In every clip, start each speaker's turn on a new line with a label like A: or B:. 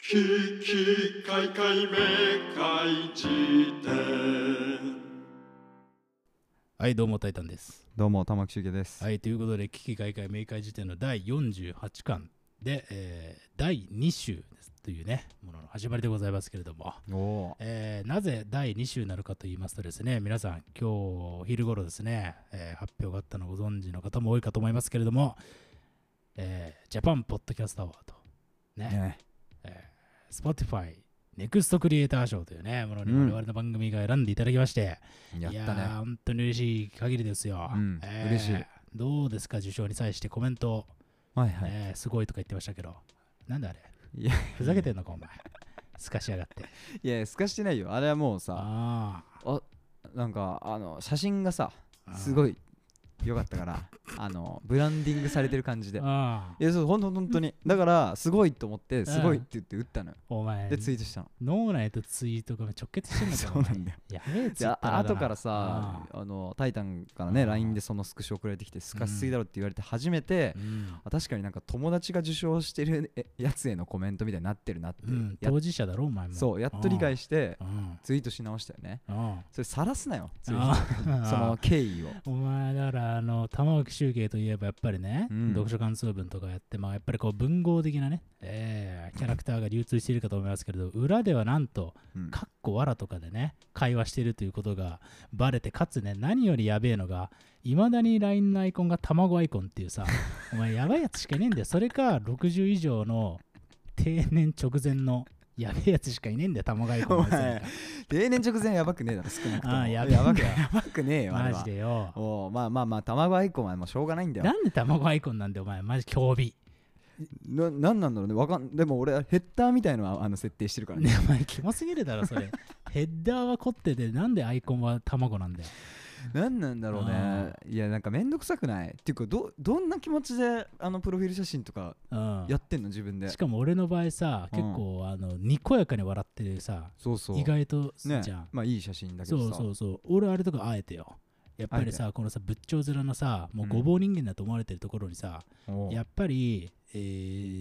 A: ききかいかいめかいじ典
B: はい、どうも、タイタンです。
C: どうも玉木修介です、
B: はい、ということで、危機開会明快辞典の第48巻で、えー第2週ですというね、ものの始まりでございますけれども、
C: おお
B: えーなぜ第2週なのかと言いますとですね、皆さん、今日お昼頃ですね、えー発表があったのをご存知の方も多いかと思いますけれども、えージャパンポッドキャストアワード、ね、
C: ね
B: えー、Spotify ネクストクリエイター賞というね、ものに我々の番組が選んでいただきまして、
C: やっ
B: いや
C: た
B: ー
C: ね
B: 本当に嬉しい限りですよ。
C: うん
B: えー
C: 嬉しい
B: どうですか、受賞に際してコメント、
C: はいはい、
B: えーすごいとか言ってましたけど、なんだあれ、
C: いや
B: ふざけてんのか、お前。すかしやがって。
C: いやすかしてないよあれはもうさ
B: あ
C: あなんかあの写真がさ
B: あ。
C: す
B: い。
C: ごい良かったから あのブランディングされてる感じでい
B: あー
C: やそうほんとほんとにだからすごいと思ってすごいって言って打ったのよ
B: お前
C: で、ツイートしたの
B: 脳内とツイートが直結してんのか、
C: そ
B: お
C: う
B: 前
C: なんだよ
B: やべえ、ツ
C: で
B: イッ
C: あ
B: ターだな
C: 後からさあのタイタンからね
B: あー
C: LINE でそのスクショ送られてきてすかしすぎだろって言われて初めて
B: あーうん
C: あ確かになんか友達が受賞してるえやつへのコメントみたいになってるなって、
B: うん、
C: やっ
B: 当事者だろ、お前も。
C: そうやっと理解
B: し
C: して
B: うん。
C: ツイートし直したよね
B: うん
C: それ晒すなよツイート
B: あー
C: その経緯を
B: お前だからあの玉置集計といえばやっぱりね、
C: うん
B: 読書感想文とかやって、まあ、やっぱりこう文豪的なね、えーキャラクターが流通しているかと思いますけれど裏ではなんと
C: うん
B: かっこわらとかでね会話しているということがバレてかつね何よりやべえのがいまだに LINE のアイコンが卵アイコンっていう さお前やばいやつしかいねえんだよそれか60以上の定年直前のやべえやつしかいねえんだよ卵アイコンのやつなんか
C: 定年直前やばくねえだろ少なくと
B: あ
C: も
B: ーや
C: や
B: べえ
C: ばくやばくねえ よあれ
B: マジ
C: は
B: でよ
C: おうまあまあまあ卵アイコンはもうしょうがないんだよ
B: なんで卵アイコンなんだよお前マジ興味
C: ななんなんだろうねわかんでも俺はヘッダーみたいのはあの設定してるから ね
B: ねお前キモすぎるだろそ れヘッダーは凝っててなんでアイコンは卵なんだよ
C: なんなんだろうね
B: あ
C: いやなんかめんどくさくないっていうかどどんな気持ちであのプロフィール写真とか
B: うん
C: やってんの自分で
B: しかも俺の場合さ
C: うん
B: 結構あのにこやかに笑ってるさ
C: そうそう
B: 意外とじゃ
C: ね
B: ん、
C: まあいい写真だけ
B: そ
C: ど
B: う
C: さ
B: そうそう俺あれとかあえてよやっぱり
C: あ
B: さこのさ仏頂面のさもうごぼう人間だと思われてるところにさ、
C: おう
B: やっぱり、え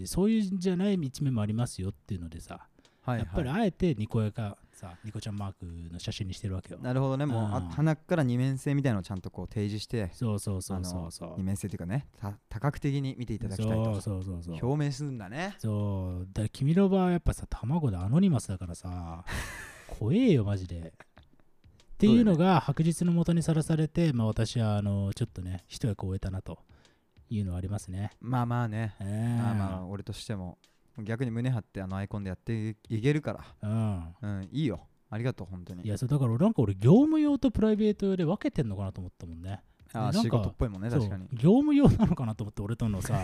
B: ーそういうんじゃない一面もありますよっていうのでさ、
C: はい
B: やっぱり
C: は
B: あえてにこやかさニコちゃんマークの写真にしてるわけよ
C: いなるほどねもう
B: うん
C: あ鼻から二面性みたいなのをちゃんとこう提示して
B: そうそうそうそう
C: あ
B: そ
C: の
B: う
C: 二面性というかねた多角的に見ていただきたい
B: そう
C: と
B: そうそうそう
C: 表明するんだね
B: そうだから君の場合はやっぱさ卵でアノニマスだから さ怖えよマジでっていうのが白日のもとにさらされて、まあ、私はあのちょっとね一役終えたなというのはありますね、
C: まあまあね
B: え
C: まあまあ俺としても逆に胸張ってあのアイコンでやっていけるから
B: うん
C: うんいいよありがとう本当
B: い
C: に
B: やそれだからなんか俺業務用とプライベート用で分けてんのかなと思ったもんね
C: あ
B: なん
C: ー
B: か
C: 仕事っぽいもんね
B: そう
C: 確かに
B: 業務用なのかなと思って俺と のさ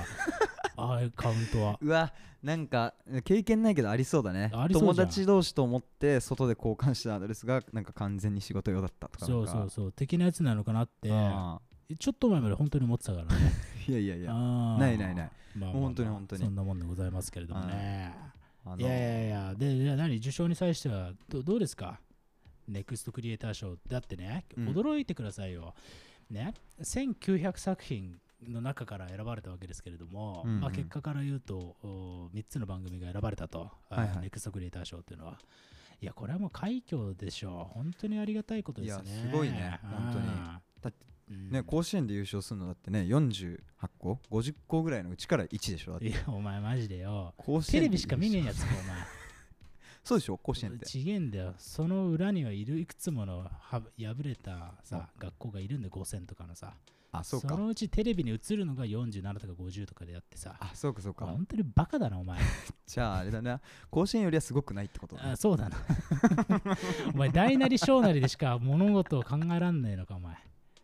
B: ああカウントは
C: うわなんか経験ないけどありそうだね
B: ありそうじゃん
C: 友達同士と思って外で交換したアドレスがなんか完全に仕事用だったとかな
B: そ
C: ん
B: う
C: か
B: そうそう的なやつなのかなって
C: あ
B: ちょっと前まで本当に思ってたからね
C: ーいやいやいや
B: あー
C: ないないない。
B: まあまあまあ
C: もう本当に本当に
B: そんなもんでございますけれどもね。
C: あの
B: いやいやいや、で、じゃあ何、受賞に際してはどどうですかネクストクリエイター賞だってね、
C: うん
B: 驚いてくださいよ。ね、1900作品の中から選ばれたわけですけれども、
C: うんうん
B: まあ、結果から言うと、お3つの番組が選ばれたと、
C: はいはい
B: あネクストクリエイター賞っていうのは。いや、これはもう快挙でしょう。本当にありがたいことですね。
C: いやすごいね本当に
B: あー
C: だっ
B: うん
C: ね、甲子園で優勝するのだってね48個50個ぐらいのうちから1でしょだって
B: いや、お前マジでよ。
C: 甲子園
B: テ
C: で
B: レビしか見ねえやつか、お前。
C: そうでしょ甲子園って
B: ちげえんだよ。その裏にはいるいくつものは破れたさ、学校がいるんだよ、5000とかのさ。
C: あそうか
B: のうちテレビに映るのが47とか50とかであってさ。
C: あそうかそうか
B: 本当にバカだな、お 前。
C: じゃああれだな甲子園よりはすごくないってことだね
B: あそうだな。 お前、大なり小なりでしか物事を考えらんないのか、お前。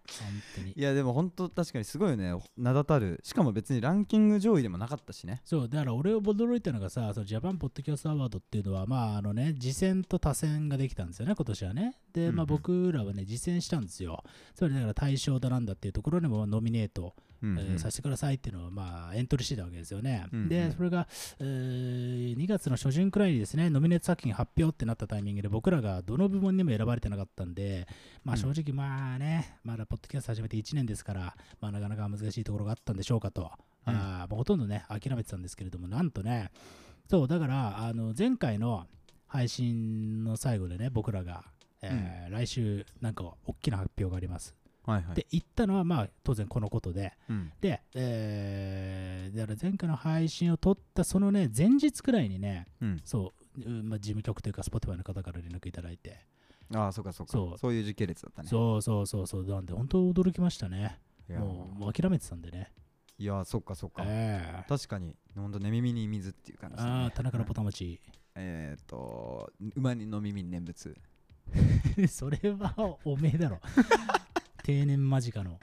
B: 本当に
C: い。やでも本当確かにすごいよね名だたるしかも別にランキング上位でもなかったしね
B: そうだから俺を驚いたのがさ、そのジャパンポッドキャストアワードっていうのは、まああのね、次戦と他戦ができたんですよね、今年はね。で、
C: うん
B: まあ、
C: うん
B: 僕らはね、次戦したんですよ。それだから大賞だなんだっていうところにもノミネート
C: うん、うん
B: えーさせてくださいっていうのを、まあ、エントリーしてたわけですよね。
C: うんうん
B: で、それが、えー2月の初旬くらいにですね、ノミネート作品発表ってなったタイミングで、僕らがどの部門にも選ばれてなかったんで、まあ、
C: うん
B: 正直、まあね、まだポッドキャスト始めて1年ですから、まあ、なかなか難しいところがあったんでしょうかと、
C: う
B: あ
C: ん
B: ーまあほとんどね、諦めてたんですけれども、なんとね、そうだからあの前回の配信の最後でね僕らが、えー来週なんか大きな発表があります、
C: はいはい
B: って言ったのはまあ当然このことで
C: うん
B: で、えーだから前回の配信を撮ったそのね前日くらいにね
C: うん
B: そう、うんまあ、事務局というか Spotify の方から連絡いただいて、
C: ああそうかそうか
B: そう
C: そういう時系列だったね
B: そうそうそうそうなんで本当驚きましたね
C: いや
B: もうもう諦めてたんでね
C: いやそうかそうか
B: ええ
C: 確かにほんと寝耳に水っていう感じだね
B: ああ田中のポタもち
C: えっと馬にの耳に念仏
B: それはおめえ だろ定年間近の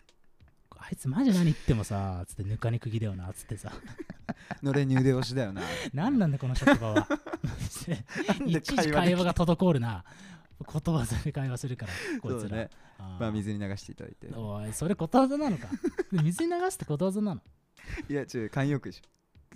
B: あいつマジ何言ってもさつってぬかに釘だよなつってさ
C: のれんに腕押しだよな
B: 何なんだこの職 場は
C: なん
B: い
C: で
B: ちいち会話が滞るな言葉で会話するからこ
C: そ
B: いうつ
C: だ
B: ら、
C: ね
B: あー
C: まあ水に流していただいて
B: おいそれことわざなのか 水に流すってことわざなの
C: いや違う慣用句でしょ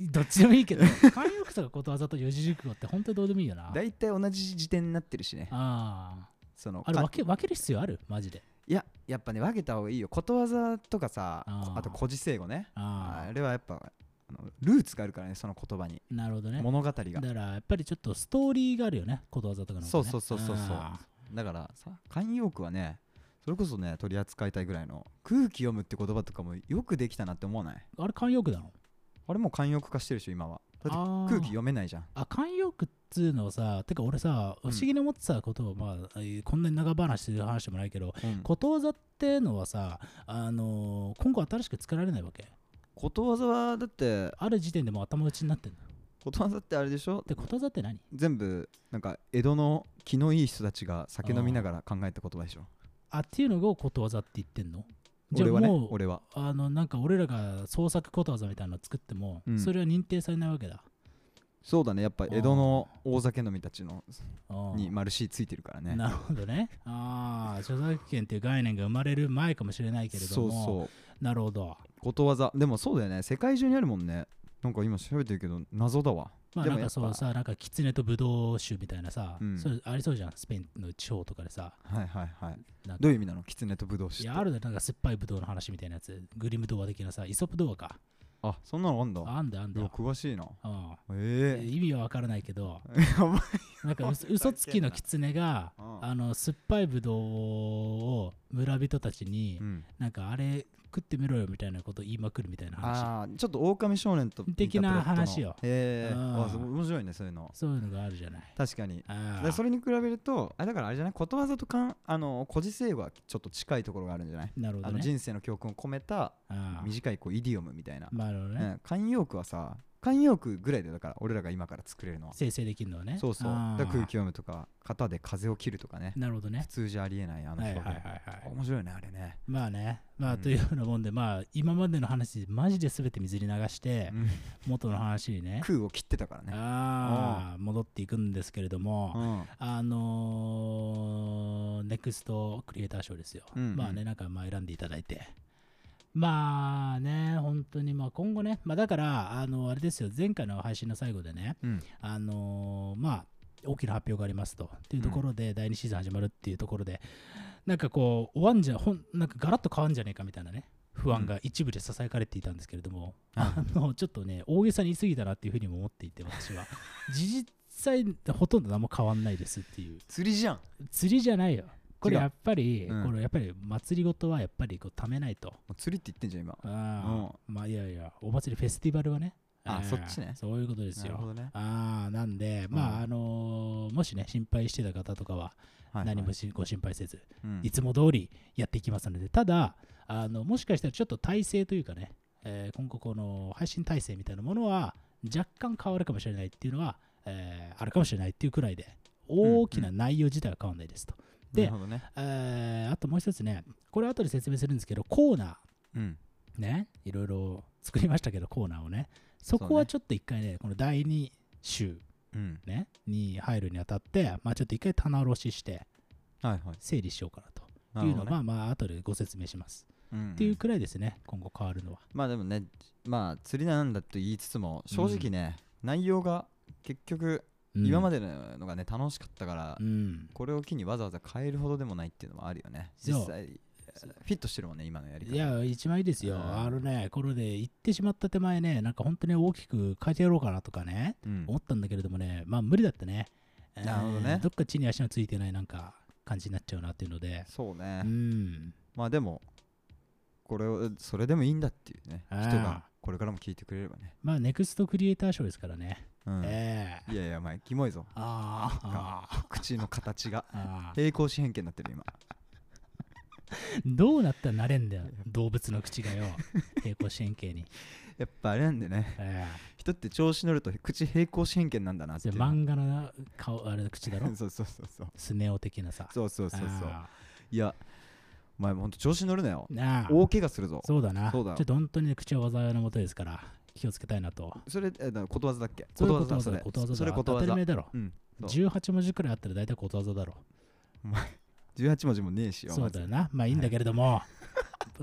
B: どっちでもいいけ ど慣用句とかことわざと四字熟語って本当にどうでもいいよな
C: 大体同じ時点になってるしね
B: あ
C: その
B: ああれ
C: か
B: 分け分ける必要あるマジで
C: いややっぱね分けた方がいいよことわざとかさ
B: あー
C: あと古事成語ね
B: あ
C: あれはやっぱあのルーツがあるからねその言葉に
B: あなるほどね
C: 物語が
B: だからやっぱりちょっとストーリーがあるよねことわざとかの、ね、
C: そうそうそうそうそう
B: あ
C: だからさ慣用句はねそれこそね取り扱いたいぐらいの空気読むって言葉とかもよくできたなって思わない
B: ーあれ慣用句だの
C: あれもう慣用句化してるでしょ今はだって
B: あー
C: 空気読めないじゃん
B: あ慣用句っつうのをさてか俺さ不
C: ん
B: 思議に思ってたことを、まあえーこんなに長話する話でもないけど、
C: うん
B: ことわざってのはさあのー今後新しく作られないわけ
C: ことわざはだって
B: ある時点でもう頭打ちになってんの
C: ことわざってあれでしょ
B: でことわざって何
C: 全部なんか江戸の気のいい人たちが酒飲みながら考えた言葉でしょ
B: あっていうのをことわざって言ってんのじゃ
C: 俺
B: あ
C: はね
B: もう、
C: 俺は
B: あのなんか俺らが創作ことわざみたいなの作っても、
C: うん
B: それは認定されないわけだ
C: そうだねやっぱ江戸の大酒飲みたちの
B: うん
C: にマルシーついてるからね
B: なるほどね。ああ、著作権っていう概念が生まれる前かもしれないけれど
C: そう
B: も、
C: そう
B: なるほど。
C: ことわざでもそうだよね世界中にあるもんねなんか今調べてるけど謎だわ
B: まあ
C: で
B: な
C: も
B: んか
C: やっぱ
B: そうさ、なんか狐とブドウ酒みたいなさ、
C: うん
B: それありそうじゃん、スペインの地方とかでさ。
C: はいはいはい
B: なんか
C: どういう意味なの狐とブドウ
B: い
C: 酒って
B: や、あるだなんか酸っぱいブドウの話みたいなやつ、グリム童話的なさ、イソップ童話か。
C: あそんなのあんだ
B: あんだあん
C: い
B: だ
C: や。詳しいな
B: うん
C: え
B: 意味はわからないけど、
C: えやばい
B: なんか嘘嘘つきの狐が、
C: うん
B: あの酸っぱいブドウを村人たちに、
C: うん
B: なんかあれ食ってみろよみたいなこと言いまくるみたいな話。
C: あーちょっと狼少年と似た
B: 的な
C: プロットの
B: 話よ
C: へえ
B: うん
C: あそう面白いねそういうの
B: そういうのがあるじゃない。
C: 確かに
B: あ
C: で
B: あ
C: それに比べるとあだからあれじゃないことわざとかんあの古事成語はちょっと近いところがあるんじゃない
B: なるほど
C: あの
B: ね。
C: 人生の教訓を込めた
B: ああ
C: 短いこうイディオムみたいな、
B: まあなるほど
C: う
B: ね。
C: ん慣用句はさ慣用句ぐらいでだから俺らが今から作れるのは
B: 生成できるのはね。
C: そうそう
B: ああ
C: だから空気読むとか型で風を切るとかね
B: なるほど
C: 普
B: ね。
C: 通じゃありえないあの
B: はいはい
C: 表
B: はいは
C: 現
B: い。
C: 面白いねあれね
B: まあね。まあ
C: うん
B: というようなもんで、まあ今までの話、マジで全て水に流して、
C: うん
B: 元の話にね、
C: 空を切ってたからね
B: ああ、戻っていくんですけれど
C: う
B: も、
C: ん
B: あのー、ネクストクリエイター賞ですよ。
C: うんうん
B: まあね、なんかまあ選んでいただいて。まあね、本当に、まあ今後ね、まあだから、あの、あれですよ、前回の配信の最後でね、
C: うん
B: あのーまあ大きな発表がありますとっていうところで、第2シーズン始まるっていうところでなんかこう終わんじゃほんなんかガラッと変わんじゃねえかみたいなね不安が一部でささやかれていたんですけれども、あのちょっとね大げさに言い過ぎたなっていうふうにも思っていて私 は実際ほとんど何も変わんないですっていう
C: 釣りじゃんも
B: 釣りじゃないよこれ
C: 違う
B: やっぱり、
C: うん
B: これやっぱり祭りごとはやっぱりこう貯めないと
C: う釣りって言ってんじゃん今
B: あー、まあいやいやお祭りフェスティバルはね
C: あ
B: えー
C: そっちね
B: そういうことです
C: なる
B: よ
C: ほどね
B: ああなんで、まああのーもしね心配してた方とかは
C: はいはい
B: 何もしご心配せず、
C: うん
B: いつも通りやっていきますのでただあのもしかしたらちょっと体制というかね、えー今後この配信体制みたいなものは若干変わるかもしれないっていうのは、えーあるかもしれないっていうくらいで大きな内容自体は変わらないですと、で
C: なるほどね
B: えーあともう一つねこれ後で説明するんですけどコーナー
C: うん
B: ね、いろいろ作りましたけど、コーナーをね。そこ
C: そう
B: は
C: ね
B: ちょっと一回ね、この第2週、
C: うん
B: ね、に入るにあたって、まあ、ちょっと一回棚卸しして、
C: はいはい
B: 整理しようかなと。
C: な
B: いう
C: る
B: の
C: ほ
B: は、
C: ど
B: ま
C: ね
B: あまあ、後でご説明します。
C: うん
B: っていうくらいですね、今後変わるのは。
C: まあでもねまあ釣りなんだと言いつつも正直ね内容が結局
B: うん
C: 今までののがね楽しかったから
B: うん。
C: これを機にわざわざ変えるほどでもないっていうのはあるよね
B: そう
C: 実際フィットしてるもんね今のやり方
B: いや、一枚ですよ。
C: うん
B: あのね、これね、行ってしまった手前ね、なんか本当に大きく変えてやろうかなとかね、
C: うん
B: 思ったんだけれどもね、まあ無理だったね。えー
C: なるほどね
B: どっか地に足のついてないなんか感じになっちゃうなっていうので、
C: そうね、
B: うん、
C: まあでもこれをそれでもいいんだっていうね
B: あ
C: 人
B: ー
C: がこれからも聞いてくれればね、
B: まあネクストクリエイター賞ですからね。
C: うん
B: ええ
C: いやいやお前キモいぞ
B: あー
C: 口の形が
B: あー
C: 平行四辺形になってる今
B: どうなったらなれんだよ、動物の口が よ、平行四辺形に。
C: やっぱあれなんでね
B: え
C: 人って調子乗ると口平行四辺形なんだな
B: え
C: っ
B: そ
C: てい
B: れ
C: う
B: 漫画の顔、あれ口 だろ
C: そうそうそうそう
B: スネ夫的なさ。
C: そうそうそうそう
B: あ
C: いやお前ほんと調子乗るなよ
B: ーなあ
C: 大怪我するぞ
B: そうだな。
C: そうだよ
B: ちょっと本当にね口は災いのもとですから、気をつけたいなと。
C: それえだことわざだっけ
B: それ
C: だ
B: こと
C: そ
B: わざだ
C: れ
B: ことわざだ
C: それこと
B: 当
C: わ
B: たり
C: ざ
B: 前だろ。
C: うんそう
B: 18文字くらいあったら大体ことわざだろ。
C: 18文字もねえしよ
B: そう
C: ま
B: だ
C: ず
B: よな。まあいいんだけれども、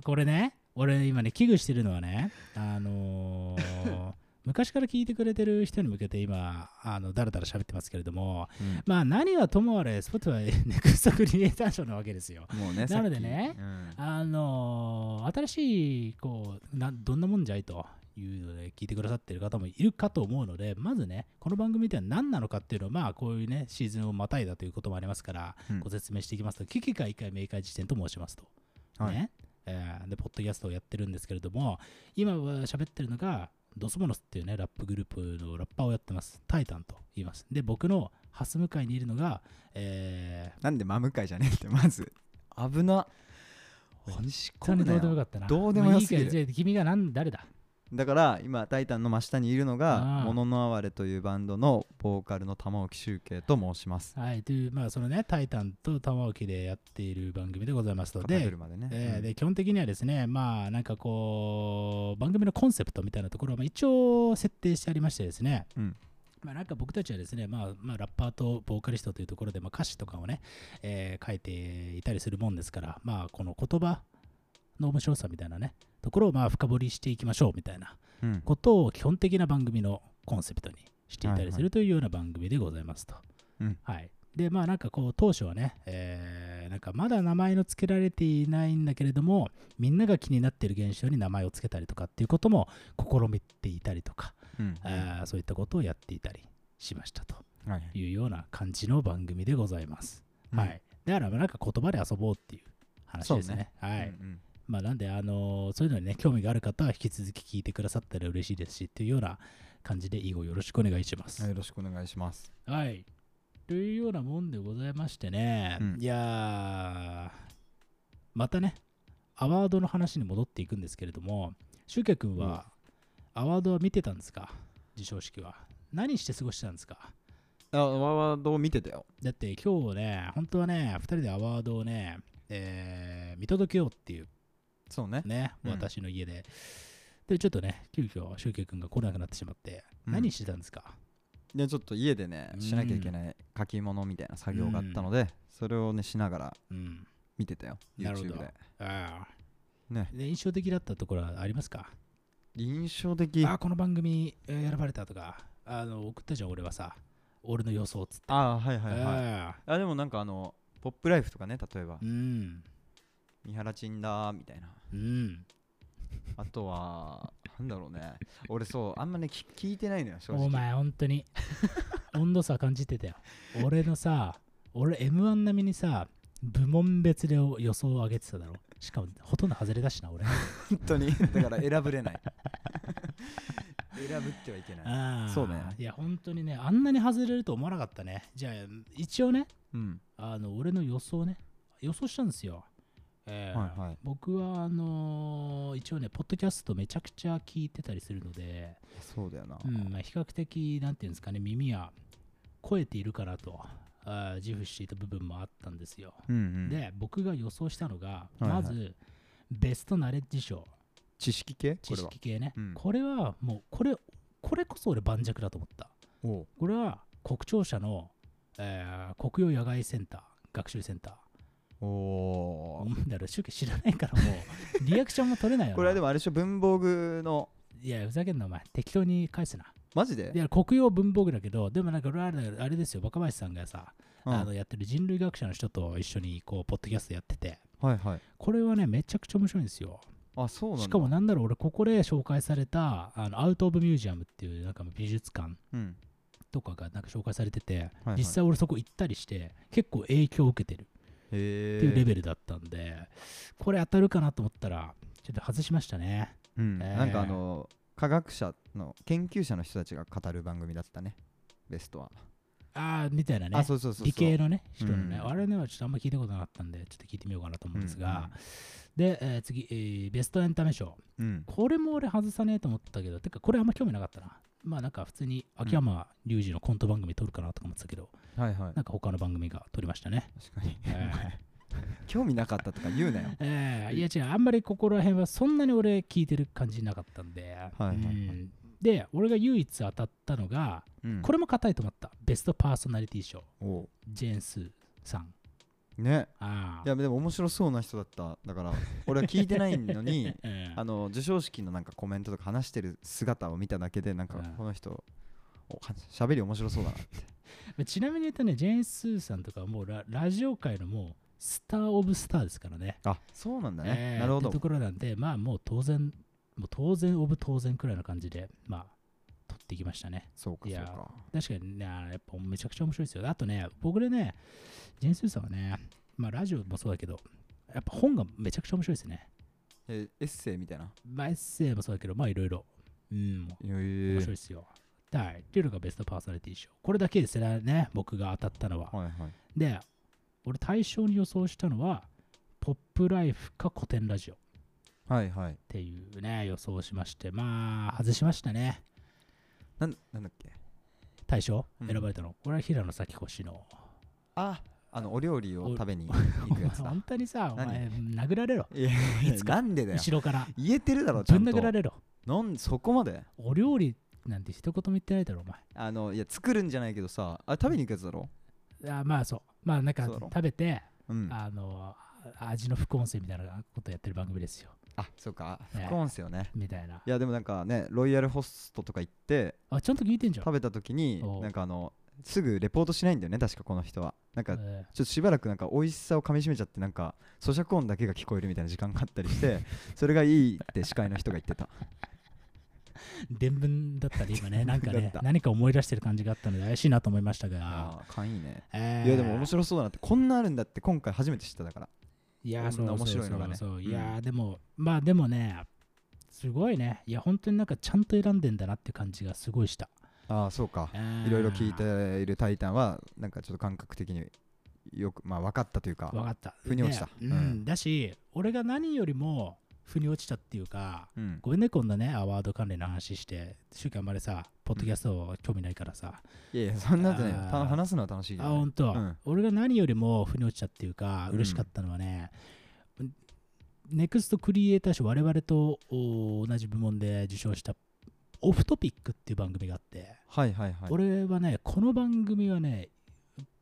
B: これね、俺今ね、危惧してるのはね、あの ー昔から聞いてくれてる人に向けて今、あのだらだら喋ってますけれども、
C: うん
B: まあ何はともあれ、Spotify ネクストクリエイター賞なわけですよ。
C: も うね
B: なのでね
C: さっきうん
B: あのー新しいこうなどんなもんじゃいというので聞いてくださってる方もいるかと思うのでまずねこの番組では何なのかっていうのをまあこういうねシーズンをまたいだということもありますから、
C: うん
B: ご説明していきますと危機か一回明快時点と申しますと、
C: はい
B: ねえーでポッドキャストをやってるんですけれども今は喋ってるのがドスモノスっていうねラップグループのラッパーをやってますタイタンと言いますで僕のハス向かいにいるのが、え
C: なんで真向かいじゃねえってまず危な
B: 本
C: 仕
B: ー、本当にどうでもよかったな
C: どうでもよすぎる
B: まあいいからじゃあ君が何誰だ
C: だから今タイタンの真下にいるの
B: あ
C: が
B: あ
C: 「もののあわれ」というバンドのボーカルの玉置周慶と申します
B: はい、という、まあ、そのね、タイタンと玉置でやっている番組でございますと。
C: 肩
B: で、
C: 車でね、
B: えー
C: うん
B: で基本的にはですね、まあ、なんかこう、番組のコンセプトみたいなところは、まあ、一応設定してありましてですね、
C: うん
B: まあ、なんか僕たちはですね、まあまあ、ラッパーとボーカリストというところで、まあ、歌詞とかをね、えー書いていたりするもんですから、まあ、この言葉の面白さみたいなね、ところをまあ深掘りしていきましょうみたいな
C: うん
B: ことを基本的な番組のコンセプトにしていた
C: はい
B: り
C: はい
B: するというような番組でございますと。
C: うん
B: はい、でまあなんかこう当初はね、えーなんかまだ名前の付けられていないんだけれどもみんなが気になっている現象に名前を付けたりとかっていうことも試みていたりとか、
C: うん
B: あーそういったことをやっていたりしましたと
C: はい
B: いうような感じの番組でございます。はい、だからまあなんか言葉で遊ぼうっていう話ですね。
C: うん
B: はい
C: うん
B: まあ、なんで、あのーそういうのにね、興味がある方は引き続き聞いてくださったら嬉しいですし、というような感じで以後よろしくお願いします。
C: はい
B: は
C: よ
B: い。
C: ろしくお願いします
B: というようなもんでございましてね、
C: うん
B: いやー、またね、アワードの話に戻っていくんですけれども、シュウケイ君は、アワードは見てたんですか授賞式は。何して過ごしてたんですか
C: あわわどう見てたよ
B: だって今日ね、本当はね、2人でアワードをね、えー見届けようっていう
C: そうね
B: ね、
C: うん
B: 私の家で。で、ちょっとね、急遽、しゅうけい君が来れなくなってしまって、
C: うん
B: 何してたんですか
C: でちょっと家でね
B: うん
C: しなきゃいけない書き物みたいな作業があったので、それをねしながら
B: うん。
C: 見てたよ
B: なるほど
C: YouTube で
B: ああ。
C: ね
B: で印象的だったところはありますか
C: 印象的
B: ああ、この番組えー選ばれたとか、あの、送ったじゃん、俺はさ。俺の予想っつって。
C: あはいはいはい
B: ああ
C: あでもなんかあのポップライフとかね例えば
B: うん。
C: 三原チンだーみたいな
B: うん。
C: あとは、なんだろうね。俺そう、あんまね、き聞いてないのよ、正直。
B: お前、本当に。 温度差感じてたよ。俺のさ、俺 M1 並みにさ、部門別で予想を上げてただろ。しかも、ほとんど外れだしな、俺。
C: 本当 に。だから選ぶれない。 選ぶってはいけない。
B: あー
C: そうね
B: いや、本当にね、あんなに外れると思わなかったね。じゃあ、一応ね、
C: うん。
B: あの俺の予想ね、予想したんですよ。えー
C: はいはい
B: 僕は、あのー一応ね、ポッドキャストめちゃくちゃ聞いてたりするので、
C: そうだよな。
B: うんまあ、比較的、なんていうんですかね、耳は超えているかなとあー自負していた部分もあったんですよ。
C: うんうん
B: で、僕が予想したのが、
C: いはい
B: まず、ベストナレッジ賞、
C: 知識系
B: 知識系ね。
C: うん
B: これはもう、これ、これこそ俺盤石だと思った。
C: これは。おう
B: これは国庁舎の、えー国用野外センター学習センター
C: お
B: お
C: ー
B: 前だろ宗教知らないからも うリアクションも取れないよな
C: これはでもあれでしょ、文房具の、
B: いやふざけんなお前適当に返すな
C: マジで
B: いや国用文房具だけどでもなんか俺はあれあれですよ若林さんがさ、
C: うん
B: あのやってる人類学者の人と一緒にこうポッドキャストやってて
C: はいはい
B: これはねめちゃくちゃ面白いんですよ
C: あそうなんだ
B: しかもなんだろう俺ここで紹介されたあのアウト・オブ・ミュージアムっていうなんか美術館
C: うん
B: とかがなんか紹介されてて、
C: はい
B: 実際俺そこ行ったりして結構影響を受けてる
C: へえ
B: っていうレベルだったんで、これ当たるかなと思ったらちょっと外しましたね
C: うん、
B: ねえ
C: なんかあの科学者の研究者の人たちが語る番組だったねベストは、
B: ああみたいなね
C: あそうそうそうそう
B: 理系のね人のね、
C: うん
B: あれねちょっとあんま聞いたことなかったんでちょっと聞いてみようかなと思うんですが、
C: うん
B: で、えー次、えーベストエンタメ賞
C: うん
B: これも俺外さねえと思ったけどてかこれあんま興味なかったなまあなんか普通に秋山隆二のコント番組撮るかなとか思ってたけど、
C: はいはい
B: なんか他の番組が撮りました ね
C: 確かに
B: えー
C: 興味なかったとか言うなよ
B: ええいや違うあんまりここら辺はそんなに俺聞いてる感じなかったんで、
C: いはいはい
B: うんで俺が唯一当たったのが、
C: うん
B: これも硬いと思ったベストパーソナリティ賞
C: お
B: ジェーンスーさん
C: うね
B: ああ
C: いやでも面白そうな人だっただから俺は聞いてないの に
B: うん
C: あの授賞式のなんかコメントとか話してる姿を見ただけでなんか
B: うん
C: この人おは喋り面白そうだなって
B: ちなみに言うとねジェーンスーさんとかはもうララジオ界のもうスター・オブ・スターですからね
C: あそうなんだね、
B: ええ
C: なるほ
B: ってと
C: ど
B: ころなんでまあもう当然もう当然オブ当然くらいの感じでまあ取っていきましたね
C: そうか
B: い
C: そう
B: や
C: か
B: 確かにね、あのやっぱめちゃくちゃ面白いですよ。あとね、僕でね、ジェーン・スーさんはね、まあラジオもそうだけど、やっぱ本がめちゃくちゃ面白いですね。
C: えエッセイみたいな
B: まあエッセイもそうだけど、まあいろいろ。うん、
C: へ
B: 面
C: え
B: 白いですよ。はい。っていうのがベストパーソナリティ賞。これだけですね、僕が当たったのは。
C: はいはい
B: で、俺対象に予想したのは、ポップライフか古典ラジオっ
C: はいはい
B: ていうね、予想をしまして、まあ外しましたね。
C: なんなんだっけ
B: 対象
C: うん
B: 選ばれたの。これは平野咲子氏の。
C: ああのお料理を食べに行
B: お
C: く
B: 前
C: やつ だ
B: 本当にさ、お前
C: 何
B: 殴られろ。
C: いやいや
B: いつか
C: なんでだよ
B: 後ろから
C: 言えてるだろち
B: ぶ
C: ゃ
B: ん
C: んと
B: 殴られろ
C: なんそこまで
B: お料理なんて一言も言ってないだろお前
C: あのいや作るんじゃないけどさあれ食べに行くやつだろ
B: あまあそうまあなんか
C: そうだろ
B: 食べて、
C: うんあ
B: あのあ味の副音声みたいなことやってる番組ですよ
C: そうか
B: ね
C: 副音声よね
B: みたいない
C: やでもなんかねロイヤルホストとか行って
B: あちゃんと聞いてんじゃん
C: 食べた時に
B: おう
C: なんかあのすぐレポートしないんだよね確かこの人はなんかちょ
B: え
C: っとしばらくなんか美味しさをかみしめちゃってなんか咀嚼音だけが聞こえるみたいな時間があったりして それがいいって司会の人が言ってた
B: ー伝聞だったり今 ねなんか
C: だっ
B: ね
C: た
B: 何か思い出してる感じがあったので怪しいなと思いましたが
C: ああ勘いいね
B: えー
C: いやでも面白そうだなってこんなあるんだって今回初めて知っただから
B: いやー
C: こんな面白いのがね
B: そうそうそう
C: うん
B: いやーでもまあでもねすごいねいや本当になんかちゃんと選んでんだなって感じがすごいした
C: ああそうかいろいろ聞いている「タイタン」はなんかちょっと感覚的によくまあ分かったというか
B: 分かった
C: 腑に落ちた
B: ねうん
C: うん
B: だし俺が何よりも腑に落ちたっていうか
C: うん
B: ごめんねこんなねアワード関連の話して週間までさポッドキャスト興味ないからさ、
C: いやいやそんなことね
B: あー
C: た話すのは楽しいけ
B: あ
C: どね
B: 本当、
C: うん
B: 俺が何よりも腑に落ちたっていうか
C: うん
B: 嬉しかったのはね、ネクストクリエイター賞我々とお同じ部門で受賞したオフトピックっていう番組があって、
C: はいはいはい
B: 俺はねこの番組はね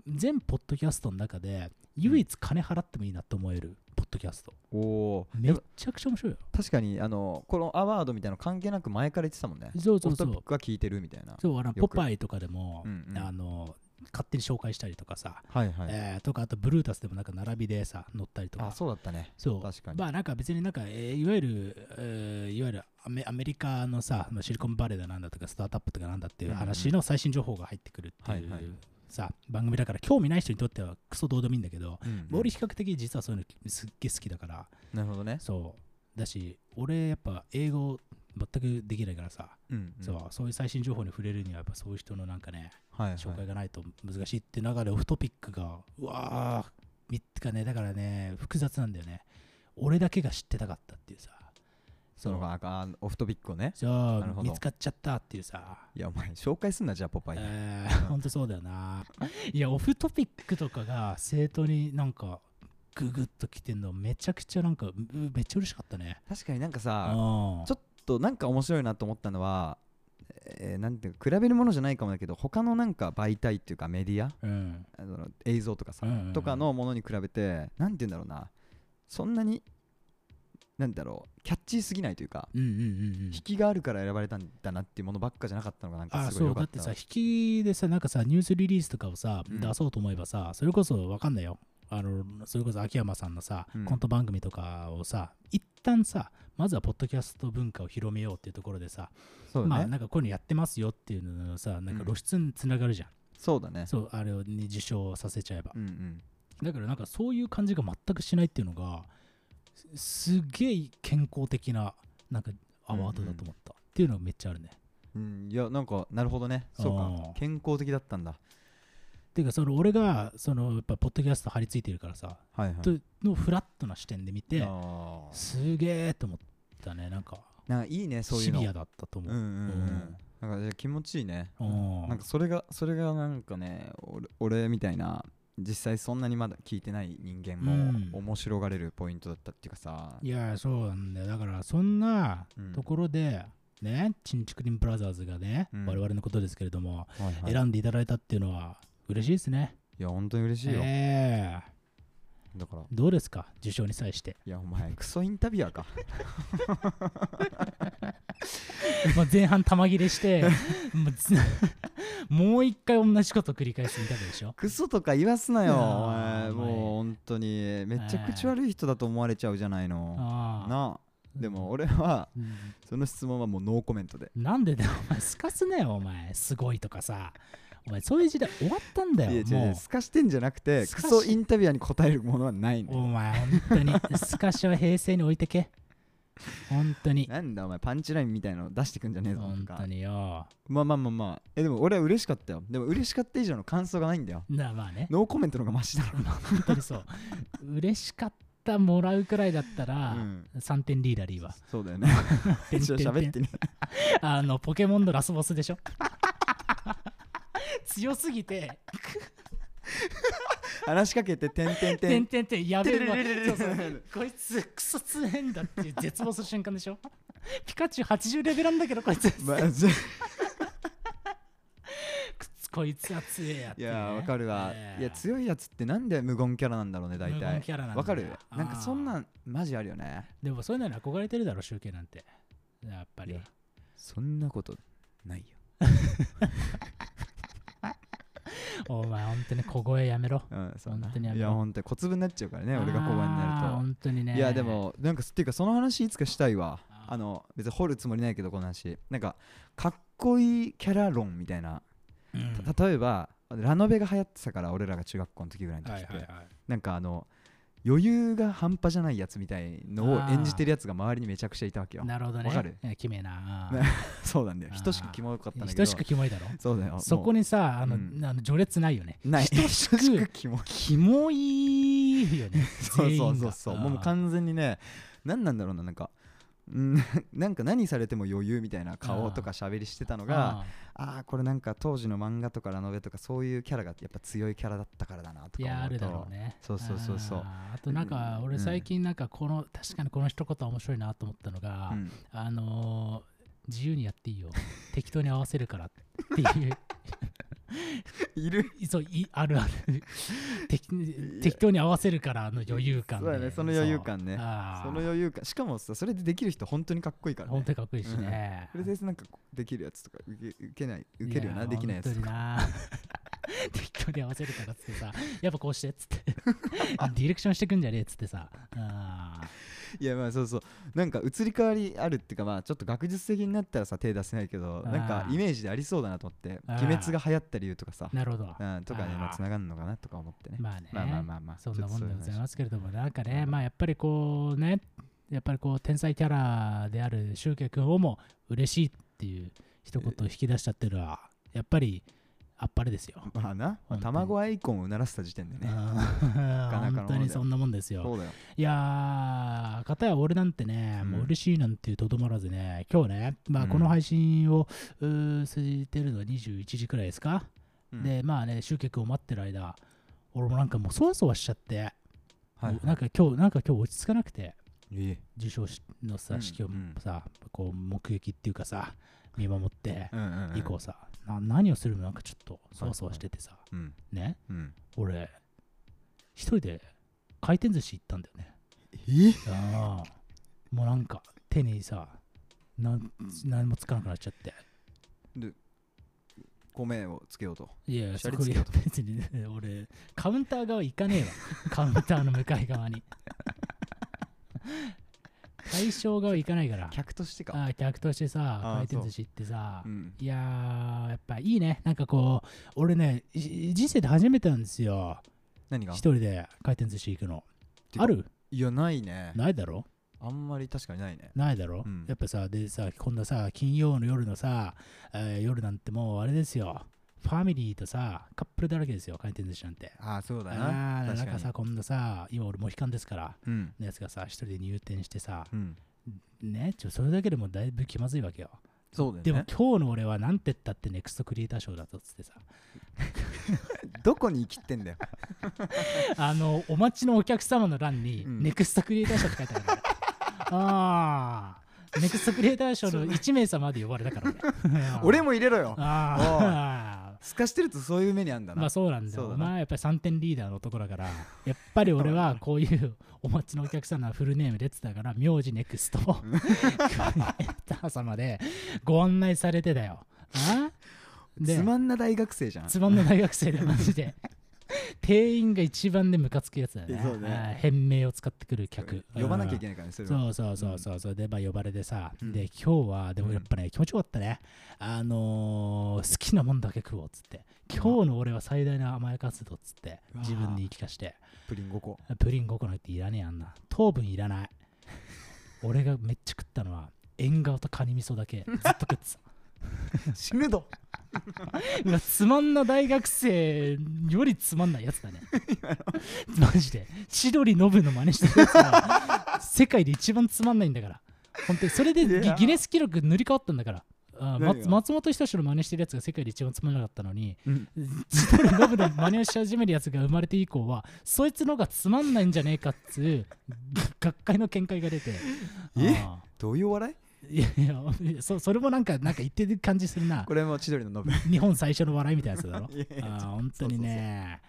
B: 全ポッドキャストの中で唯一金払ってもいいなと思えるポッドキャスト
C: おおー
B: めっちゃくちゃ面白いよ。
C: 確かにあのこのアワードみたいなの関係なく前から言ってたもんね
B: そうそ
C: オ
B: う
C: フ
B: そ
C: トピッ
B: う。
C: クは聞いてるみたいな
B: そうあの
C: く
B: ポパイとかでも、
C: うんうん
B: あの勝手に紹介したりとかさ、
C: はいはい
B: えーとかあとブルータスでもなんか並びでさ乗ったりと
C: あ
B: か。
C: そうだったね
B: そう
C: 確かに
B: まあなんか別になんか、えーいわゆる、えーいわゆるアメアメリカのさまあシリコンバレーだなんだとかスタートアップとかなんだっていう話の最新情報が入ってくるっていう、
C: はいはい
B: さ番組だから興味ない人にとってはクソどうでもいいんだけど、
C: うんうん
B: 俺比較的実はそういうのすっげえ好きだから
C: なるほどね
B: そうだし俺やっぱ英語全くできないからさ、
C: うんうん
B: そうそういう最新情報に触れるにはやっぱそういう人のなんかね
C: はい
B: 紹
C: は
B: 介
C: い
B: がないと難しいって中でオフトピックがうわーみつかねだからね複雑なんだよね俺だけが知ってたかったっていうさ
C: そのああオフトピックをね
B: そう
C: なるほど
B: 見つかっちゃったっていうさ
C: いやお前紹介すんなじゃあポパイ
B: えー、 ほんとそうだよ な。いや、オフトピックとかが生徒になんか、ググッと来てんの、めちゃくちゃなんか、うめっちゃ嬉しかったね。
C: 確かになんか
B: う
C: さ
B: ん
C: ちょっとなんか面白いなと思ったのは、えーなんていうか比べるものじゃないかもだけど他のなんか媒体っていうかメディア
B: うん。
C: あの映像とかさ、
B: うんうんうん
C: とかのものに比べてなんて言うんだろうなそんなになんだろうキャッチーすぎないというか、
B: うんうんうんうん
C: 引。きがあるから選ばれたんだなっていうものばっかじゃなかったのがなん
B: あ
C: か
B: あ
C: すごい
B: そ
C: 良
B: う
C: か
B: だ
C: っ
B: ったてさ引きでさなんかさニュースリリースとかをさ、
C: うん
B: 出そうと思えばさそれこそ分かんないよあのそれこそ秋山さんのさ、
C: うん
B: コント番組とかをさ一旦さまずはポッドキャスト文化を広めようっていうところでさ、
C: そう
B: ま
C: だ
B: あ
C: ね
B: なんかこういうのやってますよっていうのをさなんか
C: うん
B: 露出につながるじゃん、
C: そうだね
B: そうあれをに受賞させちゃえば、
C: うんうん
B: だからなんかそういう感じが全くしないっていうのがすすげえ健康的ななんかアワードだと思った、っていうのがめっちゃあるね
C: うんいやなんかなるほどねそう
B: あ
C: か
B: ー
C: 健康的だったんだ
B: ていうかその俺がそのやっぱポッドキャスト張り付いてるからさ、
C: はいはい
B: とのフラットな視点で見て
C: あー
B: すげえと思ったねなんか
C: なんかいいねそうい
B: シ
C: うの
B: ビアだったと思
C: うんうん
B: う、
C: うんなんかじゃあ気持ちいいね
B: うん
C: なんかそれがそれがなんかね俺俺みたいな実際そんなにまだ聞いてない人間
B: うん
C: も面白がれるポイントだったっていうかさ、
B: いやそうなんだよだからそんな
C: うん
B: ところで、ねチンチクリンブラザーズがね、
C: うん
B: 我々のことですけれども、
C: はいはい
B: 選んでいただいたっていうのは嬉しいですね
C: いや本当に嬉しいよ、
B: ええ
C: だから
B: どうですか受賞に際して
C: いやお前 クソインタビュアーか
B: まあ前半玉切れ してもうつもう一回同じこと繰り返すみたいでしょ
C: クソとか言わすなよお
B: あー
C: 前もう本当にめっちゃ口悪い人だと思われちゃうじゃないの
B: ああ
C: なあでも俺は
B: うん
C: その質問はもうノーコメントで
B: なんでだよお前すかすなよお前すごいとかさお前そういう時代終わったんだ
C: いや
B: よ
C: 違う違
B: も
C: うすかしてんじゃなくて
B: すか
C: ク
B: し
C: ソインタビュアーに答えるものはないん
B: う
C: だよ
B: お前本当にすかしは平成に置いてけ本当に
C: なんだお前パンチラインみたいなの出してくんじゃねえぞなん
B: 本
C: か
B: 当によ
C: まあまあまあまあえでも俺は嬉しかったよでも嬉しかった以上の感想がないんだよ
B: なまあ ね
C: ノーコメントの方がマシだろ
B: 本当にそう嬉しかったもらうくらいだったら、
C: うん
B: 3点リーダリーは
C: そうだよね ちょっと喋 ってね
B: あのポケモンのラスボスでしょ 強すぎて
C: 話しかけててんて
B: 「
C: んて
B: て
C: ん
B: んてんてんやべえわ
C: てれれれれ
B: そ
C: れ
B: うそ うこいつクソ強えんだ」っていう絶望する瞬間でしょピカチュウ80レベルなんだけどこいつ
C: まあじゃ
B: くつこいつは強えやっ
C: い
B: ていうね、
C: やわかるわ
B: ええ
C: いや強いやつってなんで無言キャラなんだろうね大
B: 無言キャ
C: 体
B: ラなんだ
C: わかる
B: あー
C: なんかそんなんマジあるよね
B: でもそういうのに憧れてるだろ集計なんてやっぱり
C: いやそんなことないよ
B: お前本当に小声やめろ
C: うんそう
B: 本
C: な
B: 当にやめろ
C: いや本当に小粒になっちゃうからね俺が小声
B: あ
C: に
B: ー
C: なる
B: 本当に
C: と
B: ね
C: いやでもなんかっていうかその話いつかしたいわ
B: あー
C: あの別に掘るつもりないけどこの話なんかかっこいいキャラ論みたいな
B: うん
C: た例えばラノベが流行ってたから俺らが中学校の時ぐらいの時っ
B: はい
C: て、
B: はいはい
C: なんかあの余裕が半端じゃないやつみたいのを演じてるやつが周りにめちゃくちゃいたわけよ
B: なるほどね
C: わかる
B: えキメえな
C: ね そうなんだよ
B: あー
C: 等しくキモかったんだけど
B: 等しくキモいだろ
C: そうだよ
B: そこ
C: に
B: にさあの、
C: うん
B: あの序列ないよね
C: ない
B: 等しく
C: 等しくキ モい
B: キモいよね
C: そうそうそうそう
B: 全員が
C: もう完全にね何なんだろうななんかうん なんか何されても余裕みたいな顔とか喋りしてたのが
B: あ
C: ああこれなんか当時の漫画とかラノベとかそういうキャラがやっぱ強いキャラだったからだなと
B: い
C: か
B: や
C: 思
B: あ
C: う
B: るだろ
C: と
B: うね
C: そうそうそうそう
B: あーあとなんか
C: うん
B: 俺最近なんかこの、確かにこの一言面白いなと思ったのが、
C: うん
B: あのー自由にやっていいよ適当に合わせるからっていう
C: いる
B: そういあるある適適当に合わせるからの余裕感
C: そうだねその余裕感ね
B: そうあー
C: その余裕感しかもさそれでできる人本当にかっこいいから
B: 本
C: ね
B: 当にかっこいいしね、
C: それでなんかこうできるやつとか受け受けない受けるよなできないやつとか
B: か 適当に合わせるからっつってさやっぱこうしてっつって ディレクションしてくんじゃねえっつってさあ
C: いやまあそうそうなんか移り変わりあるっていうかまあちょっと学術的になったらさ手出せないけど
B: あー
C: なんかイメージでありそうだなと思って
B: あ
C: 「
B: ー
C: 鬼滅」が流行った理由とかさ
B: ーなるほど
C: うんとかにもつながるのかなとか思ってね
B: まあね
C: まあまあまあまあ
B: そんなもんでございますすけれどもなんかねまあやっぱりこうねやっぱりこう天才キャラであるシュウケイ君をも嬉しいっていう一言を引き出したっていうのはやっぱりあっぱれですよ、
C: まあな
B: 当に
C: 卵アイコンをうならせた時点でねか
B: あ
C: な
B: ー
C: かの
B: 本当
C: ものだよ
B: にそんなもんですよ
C: そうだよ
B: いやー、かたや俺なんてね、
C: うん
B: もう嬉しいなんてとどまらずね、今日ね、まあ、
C: うん
B: この配信を、うー過ぎてるのは21時くらいですか、
C: うん
B: で、まあね、集客を待ってる間、俺もなんかもうそわそわしちゃって、
C: はい
B: もうなんか今日、なんか今日落ち着かなくて、
C: いえ
B: 受賞しの
C: う
B: さ、
C: ん
B: 式を
C: うん
B: さ、こう目撃っていうかさ、見守って
C: う、んうんうん
B: 以降さ、な何をするのなんかちょっとそわそわしててさ、
C: うん
B: ね、
C: うん
B: 俺、一人で回転寿司行ったんだよ ね。
C: え
B: ああもうなんか手にさなん何もつかなくなっちゃって
C: 米をつけようと
B: いや、
C: シ
B: そ
C: ャリ
B: こ
C: つけ
B: いや
C: ようと
B: 別にね俺、カウンター側行かねえ わ。カウンターの向かい側に。対象側行かないから。
C: 客としてか、
B: あ客としてさ、
C: あー
B: 回
C: そ
B: 転
C: う
B: 寿司行ってさ
C: う、ん、
B: いやー、やっぱいいね。なんかこう、俺ね、い人生で初めてなんですよ。
C: 何が
B: 一人で回転寿司行くの。
C: てか
B: ある
C: いやないね
B: ないだろ
C: あんまり確かにないね
B: ないだろ、
C: うん
B: やっぱさ、でさ、こんなさ、金曜の夜のさ、えー夜なんてもうあれですよ。ファミリーとさ、カップルだらけですよ、回転寿司なんて。
C: ああそうだ
B: あ
C: な
B: あー、な
C: 確か
B: ん
C: に
B: かさ、こんなさ、今俺モヒカンですから、
C: うん
B: のやつがさ、一人で入店してさ、
C: うん
B: ね、ちょそれだけでもだいぶ気まずいわけよ。
C: そうだよね
B: でも今日の俺はなんてったってネクストクリエイター賞だとっつ ってさ、
C: どこに生きてんだよ
B: あの、お待ちのお客様の欄に、
C: うん。
B: ネクストクリエイター賞って書いてあるから。ああ、ネクストクリエイター賞の1名様で呼ばれたから俺
C: 俺も入れろよ
B: ああ。
C: すかしてるとそういう目にあんだな、
B: まあそうなんだ
C: そ
B: よ。
C: う
B: お
C: だな
B: 前はやっぱり3点リーダーの男だから、やっぱり俺はこういうお待ちのお客さんのフルネーム出てたから、名字ネクスト、 クリエイター様でご案内されてだよ。あで
C: つまんな大学生じゃん
B: つまんの大学生でマジで。店員が一番でムカつくやつだよね。
C: そうね
B: ああ変名を使ってくる客。
C: 呼ばなきゃい
B: ない。
C: けないからねそれは
B: そうそうそうそうそう、でまあ呼ばれてさ、
C: うん
B: で今日はでもやっぱね、気持ちよかったねあのー好きなもんだけ食おうっつって今日の俺は最大の甘やかすぞっつって
C: うわ
B: 自分に言い聞かして
C: プリン5個
B: プリン5個なんていらねえあんな糖分いらない俺がめっちゃ食ったのは縁側とカニ味噌だけずっと食ってた
C: 死ぬぞ
B: うわつまんな大学生よりつまんないやつだねマジで千鳥ノブの真似してるやつは世界で一番つまんないんだから本当にそれで
C: い
B: ギ
C: や
B: ギネス記録塗り替わったんだからあ
C: 何が
B: 松松本人志の真似してるやつが世界で一番つまんなかったのに
C: うん
B: 千鳥ノブの真似をし始めるやつが生まれて以降はそいつの方がつまんないんじゃねえかっつう学会の見解が出て
C: え
B: あ
C: どういう笑い
B: ーいやいやそそれもなんかなんか言ってる感じするな
C: これも千鳥の ノブ
B: 日本最初の笑いみたいなやつだろ
C: いやいや
B: あー本当にね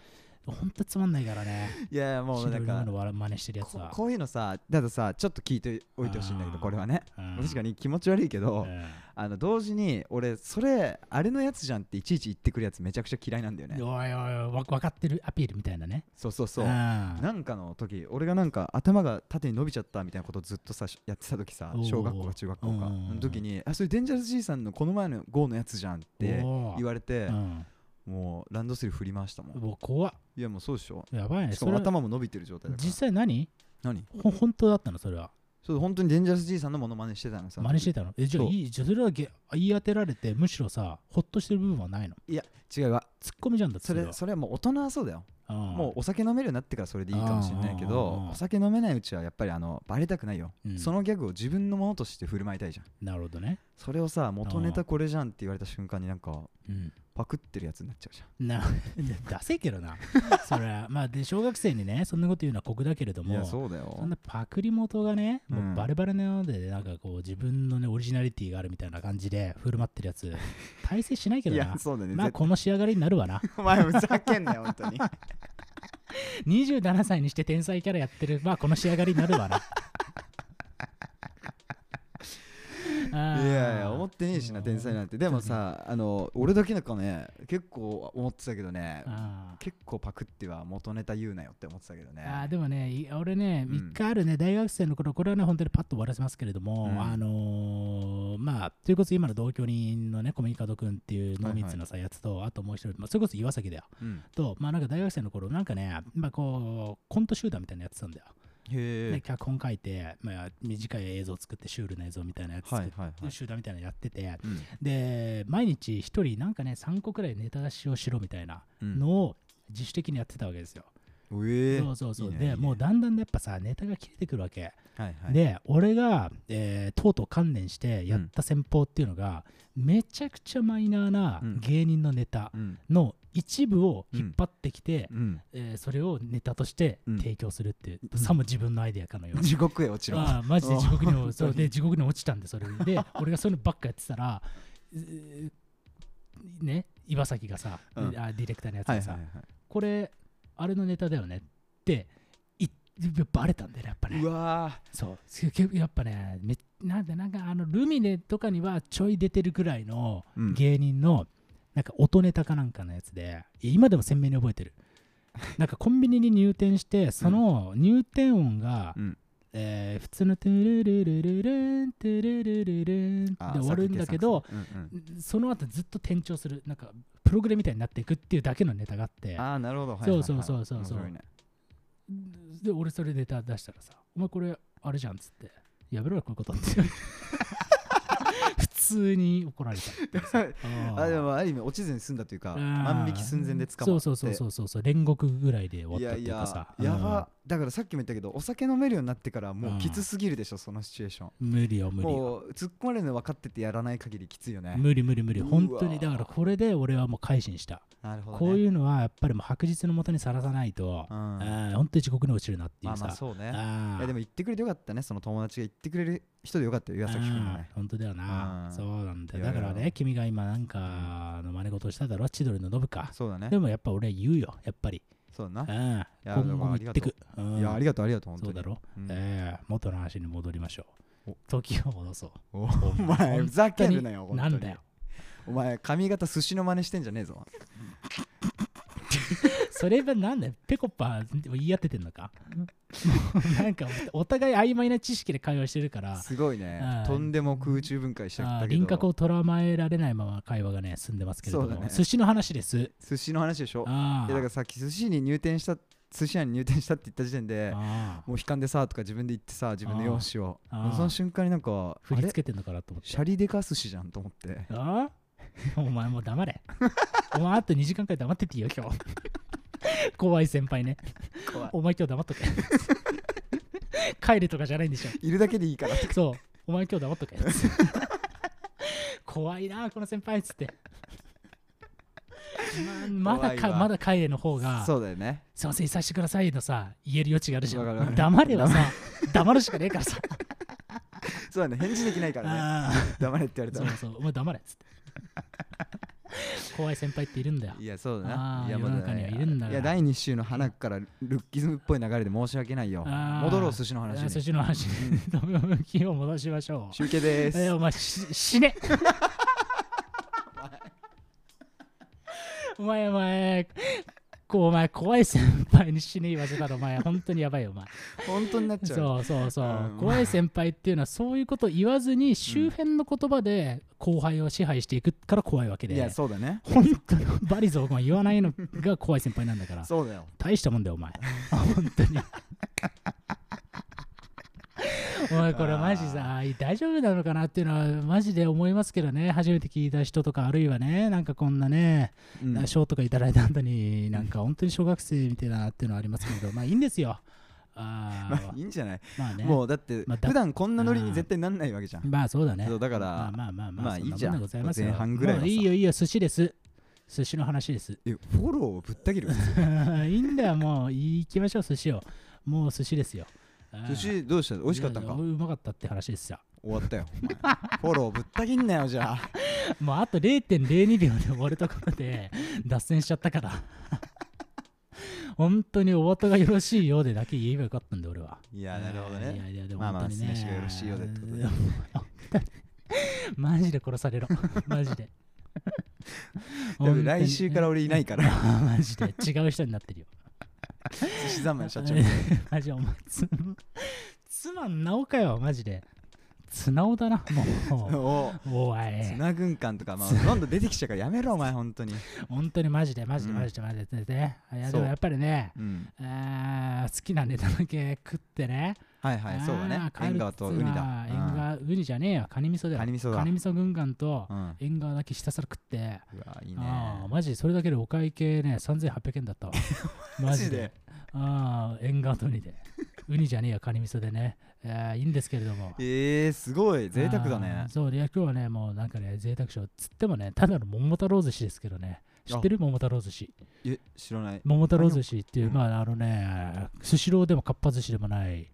B: 本当つまんないからね
C: いやいやもう
B: 白
C: ないん
B: も
C: か
B: の笑い真似してるやつ
C: こ
B: は
C: こういうのさだとさちょっと聞いておいてほしいんだけど
B: あー
C: これはね
B: うん
C: 確かに気持ち悪いけど
B: う
C: あの同時に俺それあれのやつじゃんっていちいち言ってくるやつめちゃくちゃ嫌いなんだよね
B: んおいおいおいわ分かってるアピールみたいなね
C: そうそうそう
B: な
C: なんかの時俺がなんか頭が縦に伸びちゃったみたいなことをずっとさしやってた時さ
B: おー
C: 小学校か中学校か
B: うんうんうん
C: の時に「あそれデンジャラス G さんのこの前の GO のやつじゃん」って言われて
B: うん、
C: もうランドセル振りましたもん
B: もう怖っ
C: いやもうそうでしょ
B: やばいね
C: し
B: そ
C: か
B: れ
C: も
B: は
C: 頭も伸びてる状態だから
B: 実際何
C: 何
B: ほ本当だったのそれは
C: そう本当にデンジャラス G さんのモノマネしてたのさ
B: 真似してたのえじゃあ
C: そう
B: いいじゃあそれはげ言い当てられてむしろさほっとしてる部分はないの
C: いや違うわ
B: ツッコミじゃんだって
C: それ
B: は
C: それはもう大人はそうだよもうお酒飲めるようになってからそれでいいかもしれないけ
B: うんうんうんう
C: ど
B: ん
C: お酒飲めないうちはやっぱりあのバレたくないよ
B: うん
C: そのギャグを自分のものとして振る舞いたいじゃん
B: うんなるほどね
C: それをさ元ネタこれじゃんって言われた瞬間になんか
B: うん
C: パクってるやつになっちゃうじゃん
B: な ダセえけどなそれはまあで小学生にねそんなこと言うのは酷だけれど
C: い
B: も
C: やそうだよ
B: そんなパクリ元がね、もううんバレバレなので、なんかこう、自分のね、オリジナリティがあるみたいな感じで振る舞ってるや つ、大成しないけ
C: い
B: ど
C: や
B: な。
C: そうだね
B: まあ、
C: 絶
B: この仕上がりになるわな。
C: 対お前ふざけんなよ本 当に
B: 27歳にして天才キャラやってる、まあ、この仕上がりになるわな。あー
C: いやいや思ってねえしな天才なんてでも、さあの俺だけなんかね結構思ってたけどね
B: あー
C: 結構パクっては元ネタ言うなよって思ってたけどね
B: あーでもね、い俺ね、
C: うん
B: 一回あるね、大学生の頃、これはね、本当にパッと終わらせますけれども、
C: うん
B: あのーまあ、ということで、今の同居人のね、コミカド君っていう濃密なさ、やつと、あともう一人、まあ、それこそ岩崎だよ。
C: うん
B: と、まあなんか大学生の頃、なんかね、まあこう、コント集団みたいなのやってたんだよ。
C: へ
B: で、
C: え
B: 脚本書いて、まあ短い映像作って、シュールな映像みたいなやつ
C: は
B: 作っ
C: い
B: て、
C: はいはい
B: 集団みたいなのやってて、
C: うん
B: で、毎日一人、なんかね、3個くらいネタ出しをしろみたいな
C: うん
B: のを自主的にやってたわけですよ。
C: うえ
B: そうそうそう。
C: いいねいい
B: で、
C: ね
B: もうだんだんやっぱさ、ネタが切れてくるわけ。
C: はいはい
B: で、俺が、えーとうとう観念してやった戦法っていうのが、めちゃくちゃマイナーな
C: うん
B: 芸人のネタ
C: うん
B: の一部を引っ張ってきて、
C: うん
B: えーそれをネタとして
C: うん
B: 提供するっていう、
C: うん
B: さも自分のアイデアかのように。
C: 地獄へ落ちろ
B: ああマジで地獄に
C: あ
B: も
C: ー
B: そう
C: 本当
B: で
C: に
B: 地獄に落ちたんでそれでで俺がそういうのばっかやってたら、えーね岩崎がさ、
C: うん
B: あディレクターのやつ
C: はい
B: が
C: は
B: さ、
C: いはい
B: これあれのネタだよねっていバレたんだよねやっぱね
C: うわ
B: そうすげえやっぱねめなんだなんかあのルミネとかにはちょい出てるぐらいの
C: ーうん
B: 芸人のなんか音ネタかなんかのやつでいや今でも鮮明に覚えてるなんかコンビニに入店してその入店音が、
C: うん
B: えー普通の「トゥルルルルルントゥルルルルン」で
C: あー
B: 終わるんだけど、
C: サクテサクうん
B: その後ずっと転調するなんかプログレみたいになっていくっていうだけのネタがあって
C: うんああなるほどはい
B: そう
C: はいはい
B: そうそうそうそう
C: 面白いね
B: で俺それネタ出したらさ「お前これあれじゃん」っつって「やめろよこういうこと」って普通に怒られたっていうさ
C: あでもある意味落ちずに済んだというか
B: うん
C: 万引き寸前で捕まって
B: そうそうそうそうそうそう煉獄ぐらいで終
C: い
B: わった
C: や
B: ってい
C: いう
B: か
C: や
B: さ
C: やばだからさっきも言ったけどお酒飲めるようになってからもうきつすぎるでしょそのシチュエーション
B: うん無理よ無理よ
C: もう突っ込まれるの分かっててやらない限りきついよね
B: 無理無理無理
C: うわ
B: 本当にだからこれで俺はもう改心した
C: なるほどね
B: こういうのはやっぱりもう白日のもとにさらさないと、
C: う
B: うんん、本当に地獄に落ちるなってい
C: まあ
B: うさ、
C: まあそうね
B: あ
C: いやでも言ってくれてよかったねその友達が言ってくれる人でよかったよ岩崎君はね
B: あー本当だよな、
C: うん
B: そうなんだよ
C: いや
B: だ
C: いや
B: からね君が今なんかあの真似事をしただろ千鳥のノブか
C: そうだね
B: でもやっぱ俺は言うよやっぱり、
C: そうだ
B: う、
C: なんや
B: 今後も言ってくうん
C: いやありがとうありがとう本当
B: そ
C: に
B: うだろ、
C: うん
B: ええ元の話に戻りましょ
C: お
B: う時を戻そう
C: お前ふざけるなよ
B: 本
C: 本
B: 当
C: 当
B: に
C: に
B: なんだよ
C: お前髪型寿司の真似してんじゃねえぞ
B: それはなんだよペコパ言い合っててんの かなんかお互い曖昧な知識で会話してるから
C: すごいね
B: うん
C: とんでも空中分解しちゃっ
B: あー
C: たけ
B: 輪郭
C: ど
B: をとらまえられないまま会話がね進んでますけれど
C: そう
B: も、
C: だね
B: 寿司の話です
C: 寿司の話でしょ
B: あ
C: い
B: ー
C: やだからさっき寿司に入店した寿司屋に入店したって言った時点で
B: あー
C: もう悲観でさとか自分で言ってさ自分の容姿を
B: あー
C: その瞬間になんか
B: 振り付
C: け
B: けてんのかなと思って
C: シャリデカ寿司じゃんと思って
B: あ あお前もう黙 れ。お前あと2時間くらい黙ってていいよ、今日。怖い先輩ね。
C: 怖い
B: お前今日黙っ とけ。帰れとかじゃないんでしょ。
C: いるだけでいいから
B: そう。お前今日黙っ とけ。怖いな、この先輩っつ って。ままだ
C: 怖い
B: か
C: わ
B: まだ帰れの方が、
C: そうだよね
B: すいません、いさしてくださいのさ、言える余地があるじゃ
C: わかるわか
B: ん。
C: る
B: 黙れはさ、 黙るしかねえからさ。
C: そうだね返事できないからね
B: ああ
C: 黙れって言われた
B: そう
C: ら
B: そう、お前黙れっつ って。怖い先輩っているんだよ。
C: いやそうだ
B: あー
C: ないやまだ
B: 世の中にはいるんだから
C: いや第2週の花からルッキズムっぽい流れで申し訳ないよ
B: あー
C: 戻ろう寿司の話
B: あ
C: に
B: 寿司の話に飛ぶ向きを戻しましょう。
C: 集計 です
B: えーお前し死 ねお前お前こうお前怖い先輩に死ね言わせたらお前本当にやばいよお前
C: 本当になっちゃう
B: そうそうそう、
C: うん
B: 怖い先輩っていうのはそういうこと言わずに周辺の言葉で後輩を支配していくから怖いわけで、
C: いやそうだね
B: 本当のバリゾーが言わないのが怖い先輩なんだから
C: そうだよ
B: 大したもんだよお前本当に お前これマジさ大丈夫なのかなっていうのはマジで思いますけどね初めて聞いた人とかあるいはねなんかこんなね
C: うん
B: 賞、とかいただいた後になんか本当に小学生みたいだなっていうのはありますけどまあいいんですよ
C: ま
B: あ
C: あ
B: ー
C: いいんじゃない
B: まあね
C: もうだって
B: まあだ
C: 普段こんなノリに絶対なんないわけじゃん
B: まあそうだね
C: そうだから
B: まあまあまあまあ、
C: まあ
B: そなも
C: いいじゃん
B: でございますよ
C: 前半ぐらいはさ
B: もういいよいいよ寿司です寿司の話です
C: えフォローをぶった切る
B: いいんだよ、もう行きましょう、寿司を。もう寿司ですよ。ああ
C: 寿司どうした美味しかったんか
B: いやうまかったって話ですよ。
C: 終わっ たよお前フォローぶった切んなよじゃあ
B: もうあと0.02秒で終わるところ で脱線しちゃったから。本当にお後がよろしいようでだけ言えばよかったんで、俺は。
C: いやなるほど
B: いや
C: ね
B: いやでも
C: まあまあ
B: 本当にね
C: 酢飯がよろしいようでってことで
B: マジで殺 されろ。マジで。
C: 多分来週から俺いないから
B: 本当に。マジで違う人になってるよ。
C: 寿司三昧の社長
B: マジお前つ妻直かよマジで綱尾だな も
C: お
B: うおい
C: 砂軍艦とかまあどんどん出てきちゃうからやめろお前本当に
B: 本当にマジでマジで
C: うん
B: マジでマジでマジでね、いや
C: そ
B: で
C: う
B: もやっぱりね
C: うん
B: あー好きなネタだけ食ってね
C: はいはいそうだね
B: あー
C: 縁側とウニだ
B: 帰るっつうのは縁側ウニじゃねえよカニ味噌だよ
C: カニ味噌だ
B: 軍艦と
C: うんうん
B: 縁側だけひたすら食って
C: うわいいね
B: あーマジでそれだけでお会計ね3800円だ ったわマジでああ縁側とウニでウニじゃねえよカニ味噌でね、えーいいんですけれども
C: えーすごい贅沢だね
B: あーそう、いや今日はね、もうなんかね、贅沢賞。つってもね、ただの桃太郎寿司ですけどね。知ってる桃太郎寿司。
C: え知らない
B: 桃太郎寿司っていう、
C: うん
B: まああのね、スシローでもかっぱ寿司でもない。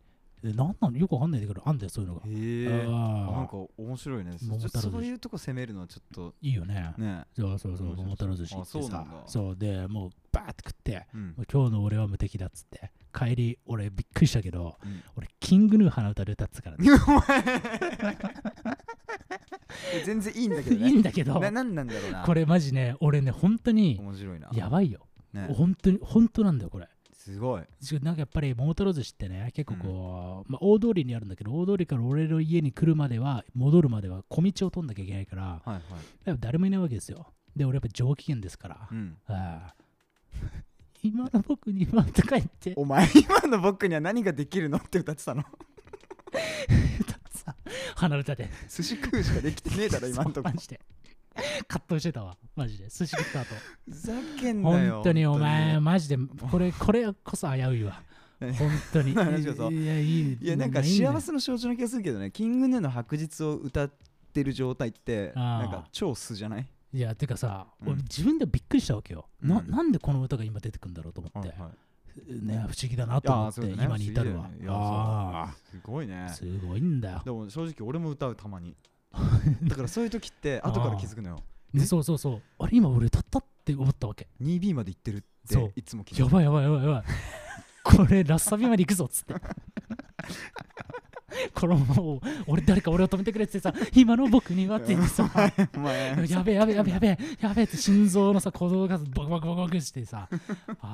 B: えなんなのよくわかんないんだけど、あんだよ、そういうのが。
C: えー
B: あー
C: なんか面白いね
B: 桃太郎寿司
C: そそういうとこ攻めるのはちょっと
B: いいよね。
C: ね
B: そうそうそう、
C: 面白そう
B: 桃太郎寿司って
C: あそうな
B: さ
C: んだ。
B: そうで、もうバーって食って、
C: うん
B: もう今日の俺は無敵だっつって。帰り、俺びっくりしたけど、
C: うん
B: 俺、キングヌー鼻歌で歌ってたからね。
C: お前全然いいんだけ
B: い
C: どね
B: いんだけど
C: ななんなんだろうな
B: これマジね俺ね本当に
C: 面白いな
B: やばいよ
C: ね
B: 本当に本当なんだよこれ
C: すごい
B: しかもなんかやっぱり桃太郎寿司ってね結構こう、まあ、大通りにあるんだけど大通りから俺の家に来るまでは戻るまでは小道を通んなきゃいけないから
C: はいはい
B: やっぱ誰もいないわけですよで俺やっぱ上機嫌ですから、
C: うん
B: ああ 今の僕に今とか言って
C: お前今の僕には何ができるのって歌って たの
B: さ離れたで
C: 寿司食うしかできてねえ だろ今んとこ
B: マジで葛藤してたわマジで寿司食った後
C: ふざけん なよ
B: 本当にお前マジでこれこれこそ危ういわ
C: 何
B: 本当に
C: 話をさ
B: いやいい
C: いやなんか
B: いいだよ
C: 幸せの象徴な気がするけどねキングヌーの白日を歌ってる状態って
B: あー
C: なんか超素じゃない
B: いやてかさ、
C: うん
B: 俺自分でびっくりしたわけよ、な
C: うん
B: なんでこの歌が今出てくんだろうと思って、ね、不思議だなと思って、今に至るわ、あ
C: すごいね
B: あすごいんだよ
C: でも正直俺も歌うた まにだからそういう時って後から気づくのよえ
B: ねそうそうそうあれ今俺歌ったって思ったわけ
C: 2B まで行ってるっ
B: そう
C: ていつも気づ
B: や
C: く
B: ばいやばいやばいやばいこれラッサビまで行くぞっつって このもう俺誰か俺を止めてくれっつってさ今の僕にはって言ってさ
C: お前
B: やべえやべえやべえやべえやべえって心臓のさ鼓動がバクバクバクバクしてさ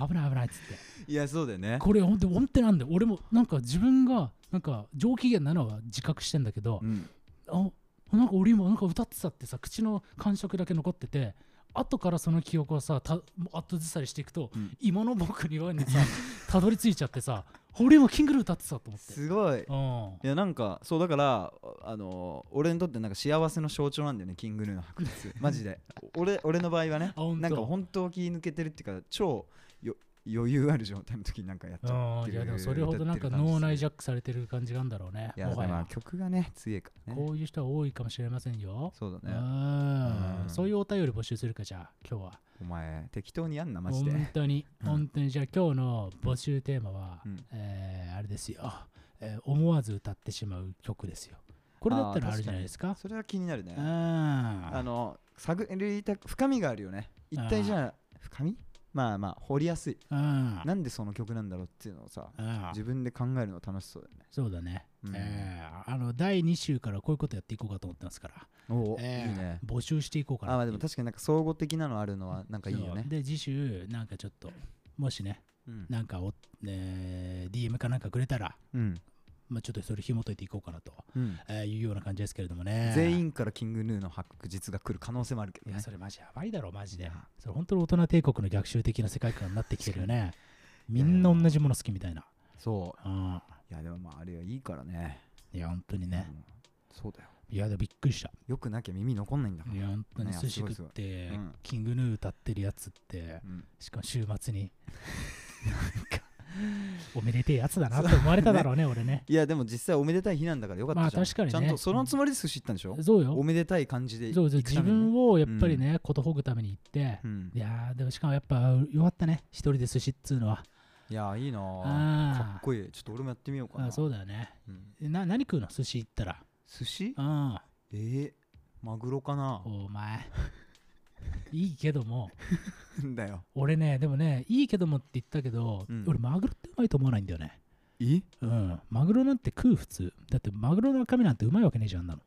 B: 危ない危ないっつって
C: いやそうだよね
B: これ本当本当なんだよ俺もなんか自分がなんか上機嫌なのは自覚してんだけど、
C: うん
B: あなんか俺今なんか歌ってたってさ口の感触だけ残ってて後からその記憶をさた後ずさりしていくと、
C: うん
B: 今の僕にはにさ たどり着いちゃってさ俺今キングルー歌ってたと思って。
C: すごい
B: うん
C: いやなんかそうだからあの俺にとってなんか幸せの象徴なんだよねキングヌーの白日マ ジで俺俺の場合はね
B: あ本当
C: なんか本当気抜けてるっていうか超よ余裕ある状態の時になんかやっちゃっ
B: う
C: て
B: ん、い
C: る
B: やでもそれほどなんか脳内ジャックされてる感じがあるんだろうね。
C: いや
B: もは
C: まあ
B: や
C: 曲がね強いからね
B: こういう人は多いかもしれませんよ。
C: そうだ
B: う
C: ね
B: ん
C: うん
B: そういうお便り募集するかじゃあ今日は。
C: お前適当にやんなマジで
B: 本当に、
C: うん
B: 本当にじゃあ今日の募集テーマは、
C: うん
B: えーあれですよ、えー思わず歌ってしまう曲ですよこれだったらあるじゃないですか
C: それは気になるね
B: あ
C: あの探りたく深みがあるよね一体じゃあ深みまあまあ掘りやすい
B: あ
C: なんでその曲なんだろうっていうのをさ自分で考えるの楽しそうだよね
B: そうだね、
C: うん
B: えーあの第2週からこういうことやっていこうかと思ってますから、
C: おおいい
B: えー
C: ね
B: 募集していこうかな
C: あまあでも確かになんか総合的なのあるのはなんかいいよ
B: そう
C: ね
B: で次週なんかちょっともしね
C: うん
B: なんかお、えー DM かなんかくれたら、
C: うん
B: まあ、ちょっとそれ紐解いていこうかなと、
C: うん
B: えーいうような感じですけれどもね
C: 全員からキングヌーの白日が来る可能性もあるけ
B: い
C: ど
B: や
C: ね
B: それマジやばいだろマジ
C: い
B: で
C: や
B: それ本当に大人帝国の逆襲的な世界観になってきてるよねみんな同じもの好きみたいな
C: そ
B: うん
C: ういやでもまああれはいいからね
B: いや本当にね
C: うんそうだよ
B: いやでもびっくりした
C: よくなきゃ耳残んないんだから
B: いや本当に
C: ね
B: 寿司
C: すご
B: 食
C: い
B: っ
C: すごい
B: て
C: うん
B: キングヌー歌ってるやつって
C: うん
B: しかも週末 になんかおめでてえやつだなって思われただろう ね俺ね
C: いやでも実際おめでたい日なんだからよかったじゃ
B: ま
C: ん
B: あ確かにね
C: ちゃんとそのつもりで寿司行ったんでしょ
B: そう
C: お
B: よ
C: めでたい感じで
B: そう
C: 行
B: そう
C: く
B: 自
C: ためにね
B: 分をやっぱりねことほぐために行って
C: うん
B: いやーでもしかもやっぱよかったね一人で寿司っつうのはい
C: やいいな
B: あ
C: あ
B: ー
C: かっこいいちょっと俺もやってみようかな
B: あそうだよね
C: うん
B: な何食うの寿司行ったら
C: 寿司
B: うん
C: えーマグロ かな
B: お前 いいけども
C: んだよ
B: 俺ねでもねいいけどもって言ったけど、
C: うん
B: 俺マグロってうまいと思わないんだよね
C: えい
B: うんマグロなんて食う普通だってマグロの赤身なんてうまいわけねえじゃんあんなの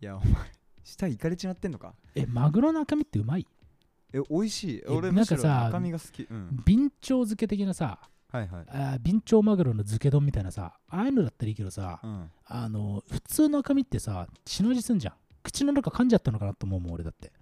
C: やお前舌いかれちまってんのか
B: えマグロの赤身ってうまい
C: え美味しい
B: え
C: 俺
B: な
C: む
B: ん
C: し
B: か
C: ろ
B: さ
C: 赤身が好きうん
B: ビンチョウ漬け的なさ
C: はいはい
B: あービンチョウマグロの漬け丼みたいなさああいうのだったらいいけどさ、
C: うん
B: あの普通の赤身ってさ血の字すんじゃん口の中噛んじゃったのかなと思うもん俺だって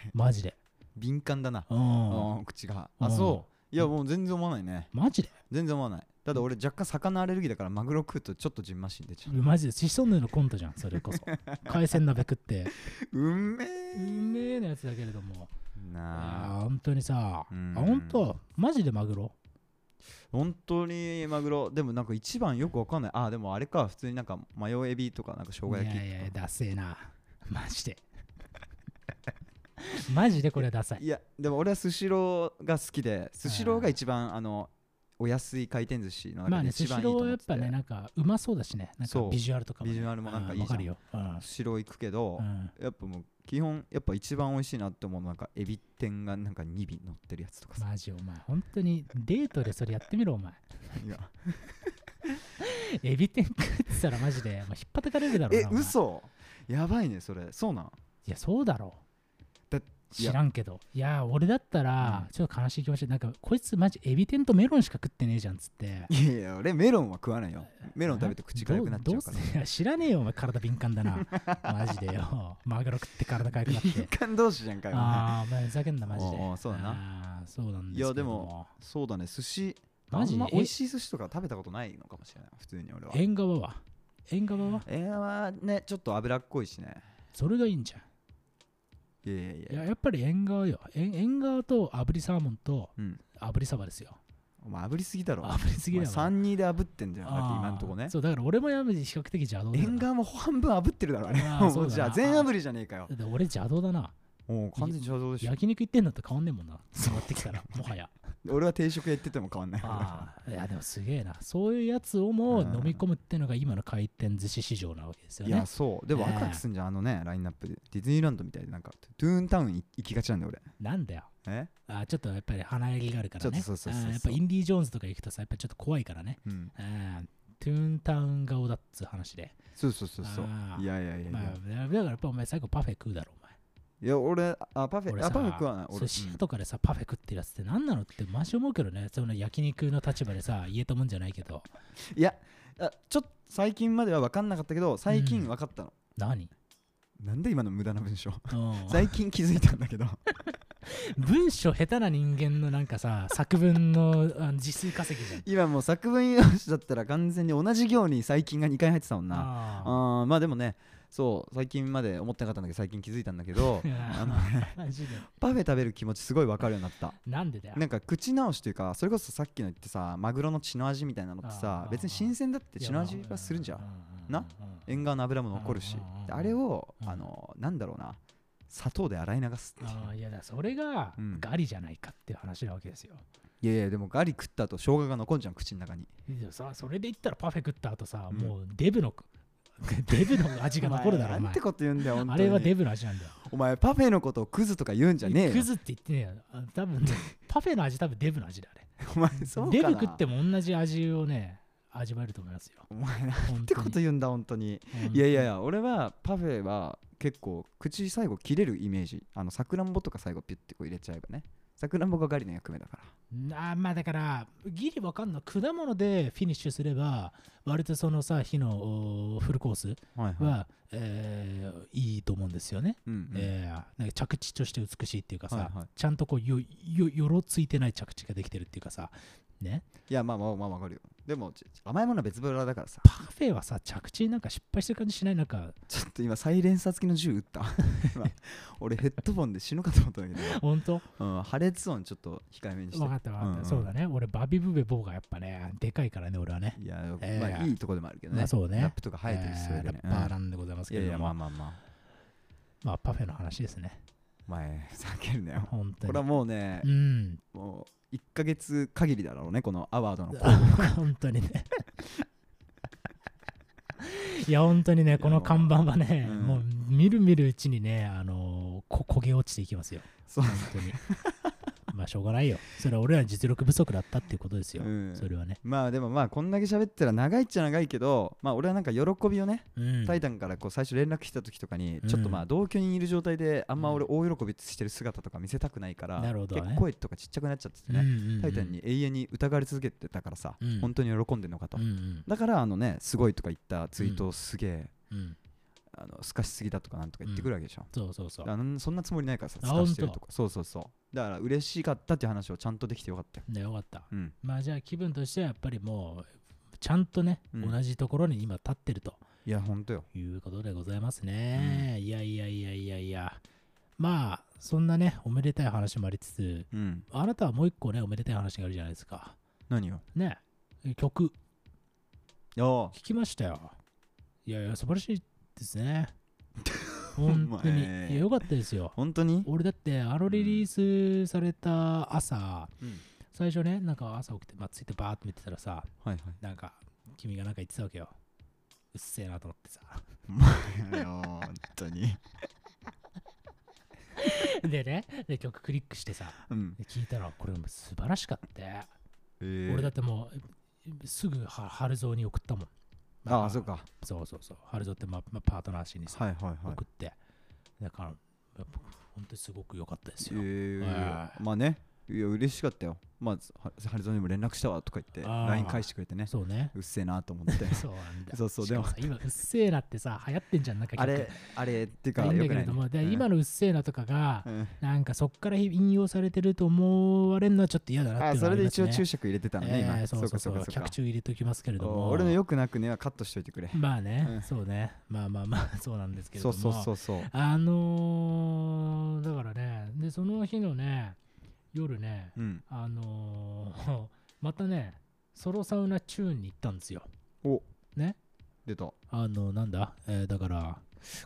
B: マジで
C: 敏感だな
B: う
C: あ
B: ん
C: ー口が
B: う
C: あ
B: ん
C: そういやもう全然思わないね
B: マジで
C: 全然思わないただ俺若干魚アレルギーだからマグロ食うとちょっとじんましんでちゃう
B: マジでシソンヌのコントじゃんそれこそ 海鮮鍋食って
C: うんめ
B: う
C: え
B: めえなやつだけれども
C: な
B: あ
C: あ
B: 本当にさあ
C: うん
B: 本当マジでマグロ
C: 本当にマグロでもなんか一番よくわかんないあでもあれか普通になんかマヨエビとかなんか生
B: い
C: 姜焼きと
B: や
C: か
B: いやダセえなマジで マジでこれはダサい
C: いやでも俺はスシローが好きでスシローが一番あのお安い回転寿司の
B: ま
C: 中
B: あ
C: で
B: ね
C: 一
B: ス
C: 番
B: シ
C: いい
B: ロ
C: と
B: ー
C: 思
B: はや
C: っ
B: って
C: て
B: ぱねなんかうまそうだしねなんか
C: そう
B: ビジュアルとかもね
C: ビジュアルもなんかい
B: う
C: い
B: んわ
C: じ
B: か
C: ゃん
B: るようん
C: スシロー行くけど、
B: うん
C: やっぱもう基本やっぱ一番美味しいなって思うのなんかエビ天がなんか2尾乗ってるやつとかさ
B: マジお前本当にデートでそれやってみろお前
C: いや
B: エビ天食ってたらマジで、まあ、引っ叩かれるだろう
C: え
B: なお前
C: 嘘やばいねそれそうなん
B: いやそうだろ
C: だ
B: 知らんけどいや俺だったら
C: うん
B: ちょっと悲しい気持ちでなんかこいつマジエビ天とメロンしか食ってねえじゃんっつって
C: いやいや俺メロンは食わないよメロン食べて口が
B: ど
C: 痒くなっちゃうか
B: ど
C: ら
B: せいや知らねえよお前 体敏感だなマジでよマグロ食って体か ゆくなって
C: 敏感同士じゃんかよお前
B: ああお前ふざけんなマジで
C: おうおうそうだ
B: なそうなんです
C: いや
B: け
C: で
B: ど
C: もそうだね寿司
B: マジ
C: あんま
B: え
C: 美味しい寿司とか食べたことないのかもしれない普通に俺は
B: 縁側は縁側は
C: えはねちょっと脂っこいしね
B: それがいいんじゃん
C: いやいやいや
B: いややっぱり縁側よ縁縁側と炙りサーモンと
C: うん
B: 炙りサバですよ
C: お前炙りすぎだろ
B: 炙りすぎだわ
C: 3人で炙ってんだよだって
B: あー
C: 今んとこね
B: そうだから俺もやめて比較的邪道だな
C: 縁側も半分炙ってるだろあれ
B: あー
C: もう
B: そうだな
C: じゃあ全炙りじゃねえかよ
B: だって俺邪道だな
C: もう完全に邪道でしょ
B: 焼肉行ってんのと変わんねえもんなそうなってき たらもはや
C: 俺は定食やってても変わんないから
B: ああいやでもすげえなそういうやつをも
C: うん
B: 飲み込むってのが今の回転寿司市場なわけですよ
C: い
B: ね
C: やそうでもワクワクすんじゃんあのねラインナップでディズニーランドみたいでなんかトゥーンタウンい行きがちなんだよ俺
B: なんだよ
C: え
B: あーちょっとやっぱり華やぎがあるからね
C: ちょっとそうそうそうそ
B: あ
C: う
B: ーやっぱインディ・ージョーンズとか行くとさやっぱちょっと怖いからね
C: うん
B: あートゥーンタウン顔だっつう話で、
C: そうそうそうそう
B: あー
C: いやいやいやい
B: まあ、
C: や
B: だからやっぱお前最後パフェ食うだろお前
C: いや俺あパフ
B: 俺
C: ェ
B: さ
C: あパフェ食わない俺
B: そう深夜とかでさパフェ食ってるやつって何なのってマジ思うけどねその焼肉の立場でさ言えたもんじゃないけど
C: いやあちょっと最近までは分かんなかったけど最近分かったの、
B: 何、
C: なんで今の無駄な文章
B: うん
C: 最近気づいたんだ けど
B: 文章下手な人間のなんか さ作文のあの字数稼ぎじゃん
C: 今もう作文用紙だったら完全に同じ行に最近が2回入ってたもんなあ
B: あ
C: ーまあでもねそう最近まで思ってなかったんだけど最近気づいたんだけど
B: ー いや
C: あのね
B: マジで
C: パフェ食べる気持ちすごい分かるようになった
B: なんでだよ
C: なんか口直しというかそれこそさっきの言ってさマグロの血の味みたいなのって
B: あ
C: さ
B: ー
C: 別に新鮮だって血の味がするんじゃんな縁側の油も残るし
B: うんうんうん
C: であれを
B: うん
C: あのなんだろうな砂糖で洗い流すっていう
B: ああいやだそれが
C: うん
B: ガリじゃないかっていう話なわけですよ。
C: いやいやでもガリ食った後生姜が残んじゃん口の中に
B: でもさそれで言ったらパフェ食った後さ、
C: うん
B: もうデブの デブの味が残るだろお
C: お前なん
B: 前
C: て。こと言うんだよ本当
B: あ
C: に
B: れはデブの味なんだよ。
C: お前パフェのことをクズとか言うんじゃねえ
B: ク
C: よ
B: ズって言ってねえよあ。多 分ねパフェの味多分デブの味だあれ。
C: お前そうかな
B: デブ食っても同じ味をね味わえると思いますよ。
C: お前な
B: なん
C: てこと言うんだ本当にいやいやいや俺はパフェは結構口最後切れるイメージあのさくらんぼとか最後ピュッてこう入れちゃえばねさくらんぼがガリの役目だから
B: あーまあだからギリわかんない果物でフィニッシュすれば割とそのさ火のおーフルコース
C: はい
B: は、えーいいと思うんですよね。
C: うんうん
B: えーなんか着地として美しいっていうかさ、
C: はいはい
B: ちゃんとこうよよよろついてない着地ができてるっていうかさね
C: いやまあまあまあわかるよでもち甘いものは別腹だからさ
B: パフェはさ着地なんか失敗してる感じしないなんか
C: ちょっと今サイレンサー付きの銃撃った 今俺ヘッドフォンで死ぬかと思ったんだけど
B: 本当
C: うん、破裂音ちょっと控えめにして
B: 分かった分かった、
C: うんうん
B: そうだね俺バビブベボーがやっぱねでかいからね俺はね
C: いや、
B: えー
C: まあいいとこでもあるけどね、
B: まあそうね
C: ラップとか生えてるしそれ
B: え
C: で
B: ー
C: ね、
B: ラッパー
C: うん
B: なんでございます
C: い
B: け
C: や
B: れ
C: い
B: ども
C: やまあまあまあ
B: まあパフェの話ですね
C: お前ふざけるなよ
B: 本当
C: こ
B: に
C: れはもうね
B: う、ん
C: もう1ヶ月限りだろうねこのアワードの候補
B: 本当にねいや本当にねこの看板はね
C: うん
B: もう見る見るうちにねあのこ焦げ落ちていきますよ
C: そう
B: 本当にまあしょうがないよそれは俺らの実力不足だったっていうことですよ、
C: うん
B: それはね、
C: まあでもまあこんだけ喋ってたら長いっちゃ長いけどまあ俺はなんか喜びをね、
B: うん
C: タイタンからこう最初連絡来た時とかに
B: うん
C: ちょっとまあ同居にいる状態であんま俺
B: う
C: 大喜びしてる姿とか見せたくないから、
B: なるほどね
C: 結構声とかちっちゃくなっちゃっててね、
B: うんうんうん
C: タイタンに永遠に疑われ続けてたからさ、
B: うん
C: 本当に喜んでんのかと、
B: うんうん
C: だからあのねすごいとか言ったツイートをすげえ、
B: うん
C: あのすかしすぎだとかなんとか言ってくるわけでしょ、
B: そうそうそう
C: あのそんなつもりないからさ
B: あ
C: すかしてるとかそうそうそうだから嬉しかったっていう話をちゃんとできてよかったよ
B: ねよかった
C: うん
B: まあじゃあ気分としてはやっぱりもうちゃんとね、
C: うん
B: 同じところに今立ってると
C: いやほんとよ
B: いうことでございますね、いやいやいやいやいやまあそんなねおめでたい話もありつつ
C: うん
B: あなたはもう一個ねおめでたい話があるじゃないですか
C: 何よ
B: ね曲
C: あ
B: 聞きましたよいやいや素晴らしいです ね本当に
C: お前
B: いやよかったですよ
C: 本当に
B: 俺だってあのリリースされた朝、
C: うん
B: 最初ねなんか朝起きて、まあ、ツイッターバーって見てたらさ
C: はい
B: なんか君がなんか言ってたわけようっせえなと思ってさ
C: はい本当に
B: でねで曲クリックしてさ
C: うん
B: で聞いたらこれも素晴らしかった、
C: えー
B: 俺だってもうすぐは春蔵に送ったもんま
C: ああ、そうか。
B: そうそうそうハルゾって、まあまあ、パートナー氏にさ、
C: いはいは
B: 送ってだからやっぱ本当にすごく良かったです
C: え
B: よ、
C: ー
B: は、
C: まあね、いや嬉しかったよ。まあ、はハリゾンにも連絡したわとか言って、
B: あー
C: LINE 返してくれてね、
B: そうね
C: うっせえなと思って。
B: そうなんだ
C: そうそう
B: しかもさ今うっせえなってさ流行ってんじゃんなんか
C: あれ、あれっていう
B: 曲
C: か、
B: いいんだ
C: よ
B: け
C: くな
B: れ
C: いね
B: ども、で
C: うん
B: 今のうっせえなとかが、
C: うん
B: なんかそっから引用されてると思われるのはちょっと嫌だなっ
C: あ、
B: ていうの
C: そ
B: は
C: れで一応
B: ありますね
C: 注釈入れてたのね、
B: え
C: 今。
B: ーそうそうそう
C: かか
B: 客中入れときますけれども
C: 俺のよくなくねはカットしといてくれ。
B: まあね、
C: うん
B: そうねまあまあまあ そうなんですけれど
C: そう
B: も
C: そうそうそう。
B: あのーだからねでその日のね夜ね
C: うん。
B: あのー またねソロサウナチューンに行ったんですよ
C: お
B: ね
C: 出た。
B: あのなんだ、えーだから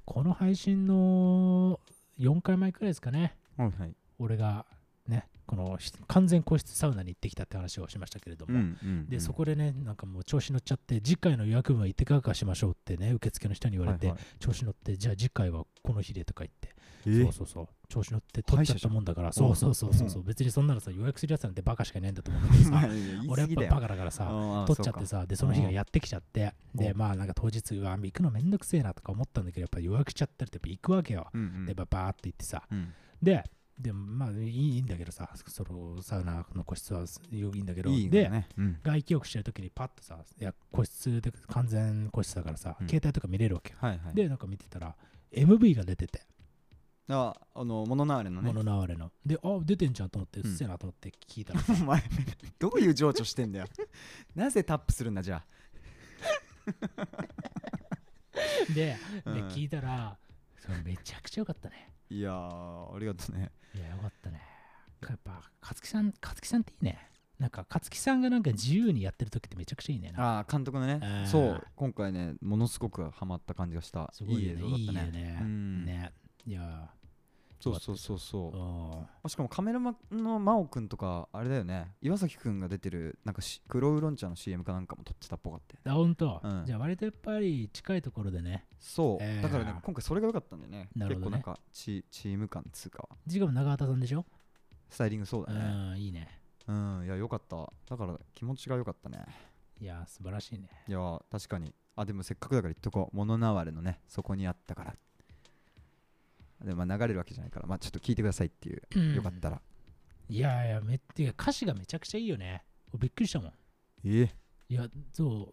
B: この配信の4回前くらいですかね
C: はいはい。
B: 俺がねこのし完全個室サウナに行ってきたって話をしましたけれど
C: う
B: も、
C: んうん。
B: でそこでねなんかもう調子乗っちゃって次回の予約分は行ってからかしましょうってね受付の人に言われて、
C: はいはい
B: 調子乗ってじゃあ次回はこの日でとか言って
C: え
B: そ
C: ー
B: うそうそう調子乗って取っちゃったもんだからそうそうそうそうそう別にそんなのさ予約するやつなんてバカしかいないんだと思うんだけど
C: まあ
B: さ
C: いや言い
B: 俺
C: 過
B: や
C: ぎだ
B: っぱバ
C: よ。
B: カだからさ
C: あー
B: 取っちゃって。さでその日がやってきちゃって
C: うん
B: でまあなんか当日は行くのめんどくせえなとか思ったんだけどやっぱ予約しちゃったらやっぱ行くわけよ
C: そうかうんうん
B: でやっぱバーって行ってさ
C: うん
B: ででまあいいいいんだけどさそのサウナの個室はいいんだけど
C: いいよ
B: で
C: ね。うん
B: 外気浴してる時にパッとさいや個室で完全個室だからさ
C: うん
B: 携帯とか見れるわけよ
C: はいはい。
B: でなんか見てたら MV が出てて
C: あ、あの、モノナーレのね
B: 物。の流れの。で、あ出てんじゃんと思って、うっ
C: うん
B: せえなと思って聞い たら、
C: お前、どういう情緒してんだよ。 なぜタップするんだ、じゃ
B: でで、
C: うん
B: 聞いたら、それめちゃくちゃ良かったね。
C: あ。いやー、ありがとうね。
B: いや、良かったね。やっぱ、勝木さん、勝木さんっていいね。なんか、勝木さんがなんか自由にやってる時ってめちゃくちゃいいね。なんか
C: あー、監督の
B: あ
C: ね
B: ー。
C: そう、今回ね、ものすごくハマった感じがした。
B: すごい
C: 映
B: よね。
C: 像
B: い
C: だ
B: い
C: っ
B: よ
C: たね。
B: ね。
C: うん
B: ね。いや
C: そうそうそうそう
B: ー、。うん
C: あしかもカメラマンの真央くんとかあれだよね岩崎くんが出てるなんかし黒ウーロン茶の CM かなんかも撮ってたっぽかったよ
B: あ、ほんと
C: うん。
B: じゃあ、割とやっぱり近いところでね。
C: そう、
B: えー
C: だからね今回それが良かったんだよね
B: なるほど
C: 結
B: ね
C: 構なんかチチーム感っつうか
B: しかも長畑さんでしょ
C: スタイリングそう
B: う
C: だね
B: ん、いいね。
C: うん、いや良かっただから気持ちが良かったね
B: いやー、素晴らしいね。
C: いや確かにあでもせっかくだから言っとこう物なわれのねそこにあったからでもまあ流れるわけじゃないからまあちょっと聞いてくださいっていう、
B: うん
C: よかったら
B: いやいや、めっていうか歌詞がめちゃくちゃいいよね。びっくりしたもん。
C: えー、
B: いや、そ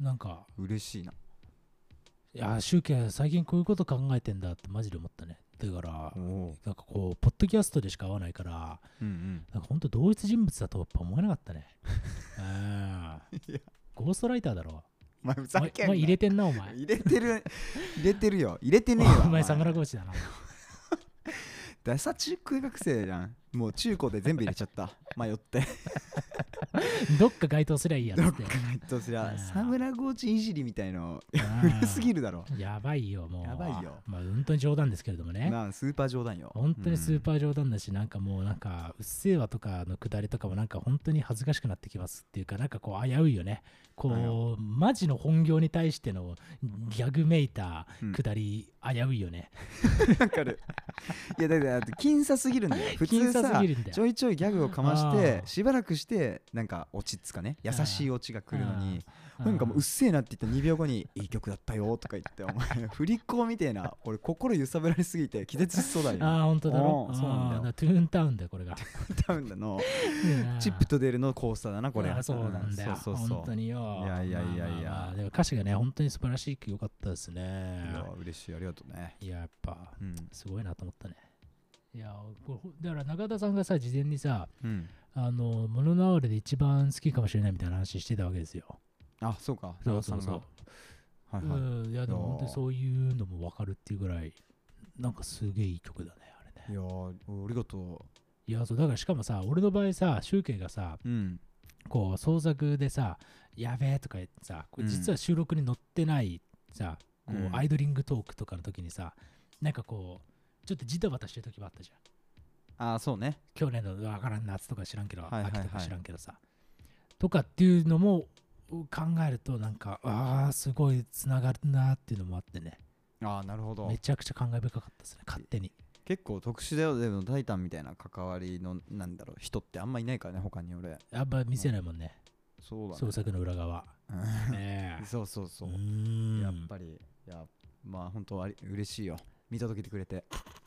B: う、なんか、
C: 嬉しいない
B: や、シュウケイ最近こういうこと考えてんだってマジで思ったね。だから
C: お、お
B: なんかこう、ポッドキャストでしか会わないから、
C: うんうん
B: なんか本当同一人物だとやっぱ思えなかった ね。うん
C: いや
B: ゴーストライターだろ。
C: お前ふざけん
B: お
C: な
B: 前入れてんな、お前。
C: 入れてる入れてるよ入れてねえわ
B: お前、
C: お
B: サム
C: 前
B: ラコーチだな。
C: ダサ中学生じゃんもう中高で全部入れちゃった 迷って
B: どっか該当すりゃいいやつって。
C: どうすり
B: あ
C: ゃ
B: ー
C: サムラゴーチいじりみたいの
B: うん
C: 古すぎるだろ
B: やばいよ、もう。
C: やばいよ
B: まあ、本当に冗談ですけれどもね。
C: なあスーパー冗談よ
B: 本当にスー
C: ー、
B: パー冗談だし、なんかもうなんか、うっせえわとかのくだりとかもなんか本当に恥ずかしくなってきますっていうか、なんかこう危ういよね。こう、マジの本業に対してのギャグめいた
C: うん
B: くだり、危ういよね。
C: うんわかるいやだからだって僅差すぎるんだ よ普
B: 僅
C: 通
B: 差
C: さ
B: すぎるんだ
C: ち
B: よ。
C: ょいちょいギャグをかまし
B: あ
C: て
B: ー
C: しばらくしてなんかオチっつかね優しいオチが来るのに なんかもううっせえなって言った2秒後に「いい曲だったよ」とか言ってお 前振り子みてえな俺心揺さぶられすぎて気絶しそうだよ
B: ああ、本当だろ
C: う。んそうなんだよ
B: あートゥーンタウンだよ、これが。
C: ダウンだの チップとデールのコースターだなこれ
B: あーそうなんだよ。
C: そうそうそう
B: 本当によ。
C: いやいやいやい
B: ま
C: や
B: あまあまあでも歌詞がね、本当に素晴らしく良かったですね。
C: いや嬉しいありがとうね
B: いや、やっぱ、
C: うん
B: すごいなと思ったね。いや、これだから中田さんがさ、事前にさ、
C: うん
B: あの、モノナウレで一番好きかもしれないみたいな話してたわけですよ。
C: あそうか
B: そう
C: 長澤さ
B: うん
C: がはいはい
B: ん。いや、でも
C: いやー
B: 本当にそういうのもわかるっていうぐらい、なんかすげえいい曲だね、あれ
C: い
B: ね。
C: やーありがと
B: いや、そう、だからしかもさ、俺の場合さ、シュウケイがさ、
C: ううん
B: こう、創作でさ、やべえとか言ってさ、これ実は収録に載ってないさ、こ
C: うん
B: う、アイドリングトークとかの時にさ、なんかこう、ちょっとジタバタしてる時もあったじゃん。
C: あそうね
B: 去年のわからん夏とか知らんけど、
C: いはいはい
B: 秋とか知らんけどさとかっていうのも考えるとなんかああすごいつながるなっていうのもあってね
C: あなるほど
B: めちゃくちゃ感慨深かったですね勝手に
C: 結構特殊だよでもタイタンみたいな関わりのなんだろう人ってあんまいないからね他に俺
B: やっぱ見せないもんね
C: そうだね
B: 創作の裏側ねえ
C: そうそうそうう、
B: ーん
C: やっぱりいやまあ本当あり嬉しいよ見届けてくれて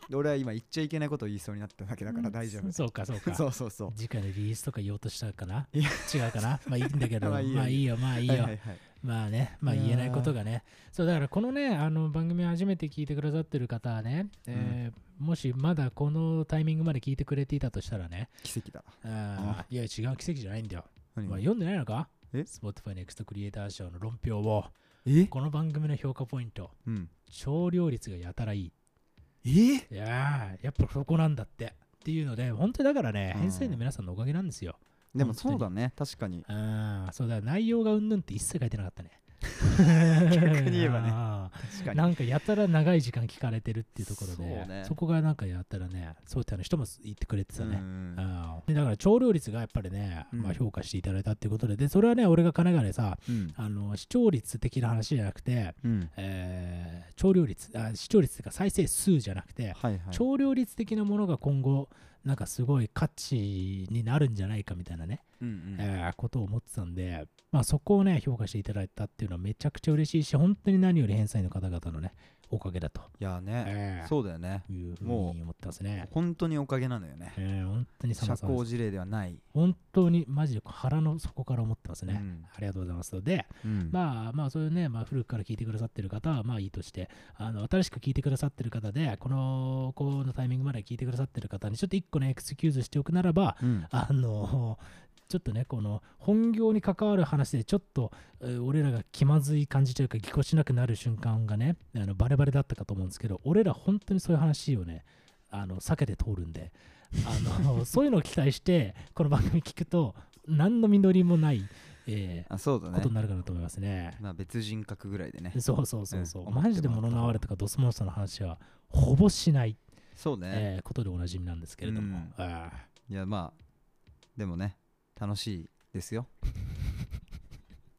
C: で俺は今言っちゃいけないことを言いそうになっただけだから大丈夫、
B: うんそうかそうか
C: そうそうそう
B: 次回でリリースとか言おうとしたかない
C: や
B: 違うかなまあいいんだけど
C: ま
B: ま
C: あ
B: あ
C: いい
B: い
C: よ
B: いよまあいいよ、
C: はいはいはい
B: まあねまあ
C: いやー
B: 言えないことがねそうだからこのねあの番組を初めて聞いてくださってる方はね、えーもしまだこのタイミングまで聞いてくれていたとしたらね
C: 奇跡だ
B: あーいや違う奇跡じゃないんだよ、
C: 何
B: まあ、読んでないのか
C: え
B: Spotify ネクストクリエイター賞の論評を
C: え
B: この番組の評価ポイント
C: うん
B: 調量率がやたらいい
C: え
B: いやーやっぱそこなんだってっていうので本当にだからね
C: うん
B: 編成員の皆さんのおかげなんですよ、
C: でもそうだね確かに
B: ああ、そうだ、内容がうんぬんって一切書いてなかったね。
C: 逆に言えばね
B: あ
C: 確
B: あ
C: かに
B: なんかやたら長い時間聞かれてるっていうところで、
C: そう
B: そ
C: ね
B: こがなんかやったらね、そういった人も言ってくれてた
C: うん
B: ね。
C: うん
B: ああでだから、調量率がやっぱりね、
C: うん
B: まあ、評価していただいたっていうことで、でそれはね、俺が金がねさ、
C: うん
B: あの視聴率的な話じゃなくて、
C: うん
B: えー、調量率あ、視聴率というか再生数じゃなくて、
C: はいはい
B: 調量率的なものが今後、なんかすごい価値になるんじゃないかみたいなね、
C: うんうん
B: えーことを思ってたんで、まあ、そこをね評価していただいたっていうのはめちゃくちゃ嬉しいし本当に何より返済の方々のねおかげだと、
C: いやね
B: えー
C: そうだよね
B: いうふう
C: も
B: に思ってますね、
C: 本当におかげなのよね
B: えー本当に様
C: 社
B: 々で
C: 交
B: す
C: 辞令ではない
B: 本当にマジで腹の底から思ってますね、
C: うん
B: ありがとうございますので、
C: うん
B: まあまあそういうね、まあ、古くから聞いてくださってる方はまあいいとしてあの新しく聞いてくださってる方でこのこのタイミングまで聞いてくださってる方にちょっと一個ねエクスキューズしておくならば
C: うん
B: あのちょっとねこの本業に関わる話でちょっと、えー俺らが気まずい感じというかぎこちなくなる瞬間がねあのバレバレだったかと思うんですけど俺ら本当にそういう話をねあの避けて通るんであ のそういうのを期待してこの番組聞くと何の実りもない、えー
C: あそうだ
B: こ
C: ね
B: とになるかなと思いますね。
C: まあ別人格ぐらいでね
B: そうそうそうそう、
C: うん
B: マジで物の哀れとかドスモンスターの話はほぼしない、
C: そうね
B: えーことでおなじみなんですけれども、
C: うん
B: あ
C: いやまあでもね楽しいですよ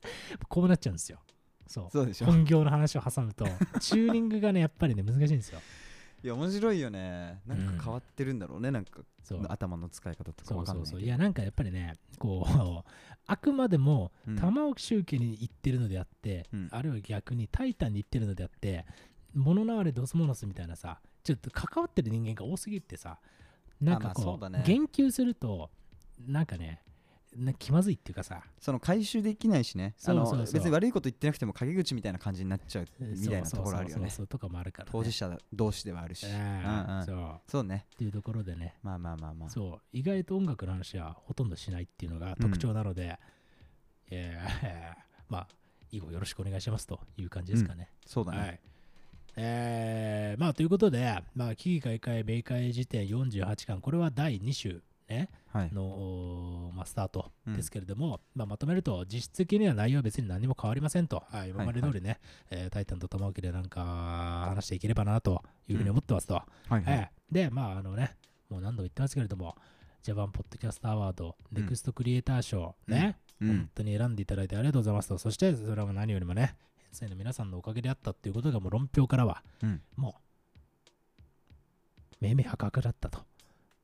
B: ーこうなっちゃうんですよそう
C: そうでしょ
B: 本業の話を挟 むとチューニングがねやっぱりね難しいんですよ
C: いや面白いよねなん
B: うん
C: か変わってるんだろうねなんか
B: そう
C: 頭の使い方とか
B: そ
C: わ
B: う
C: か
B: そ
C: ん
B: う
C: ない
B: そ
C: け
B: う
C: ど
B: いやなんかやっぱりねこうあくまでも
C: うん
B: 玉置周家に行ってるのであって、
C: うん
B: あるいは逆にタイタンに行ってるのであって物のあれドスモノスみたいなさちょっと関わってる人間が多すぎてさなんか
C: あまあそ
B: こ
C: う
B: う,、
C: だね
B: 言及するとなんかねな気まずいっていうかさ
C: その回収できないしねあの
B: そうそうそう
C: 別に悪いこと言ってなくても陰口みたいな感じになっちゃうみたいなところあるよ
B: そうそうそう
C: ね
B: そうとかもあるから、ね、
C: 当事者同士ではあるしうん
B: あ
C: う
B: あ
C: ん
B: そうっ
C: そうね
B: ていうところでね
C: まあまあまあまあ
B: そう意外と音楽の話はほとんどしないっていうのが特徴なので、えー まあ以後よろしくお願いしますという感じですかね。
C: そうだ
B: は
C: ね
B: いえーまあ、ということで、まあ、危機開会、明快辞典48巻、これは第2週、ね、
C: はい
B: の、おーまあ、スタートですけれども、まあ、まとめると実質的には内容は別に何も変わりませんと、はい、今まで通りね、えータイタンと玉置でなんか話していければなというふうに思ってますと、
C: はいはい
B: ええ、で、まあ、あのね、もう何度も言ってますけれども、ジャパンポッドキャストアワード、
C: うん
B: ネクストクリエイター賞、ね、
C: うん
B: 本当に選んでいただいてありがとうございますと、そして、それは何よりもね、編成の皆さんのおかげであったっていうことが、もう論評からは、
C: うん
B: もう、めめはかくだったと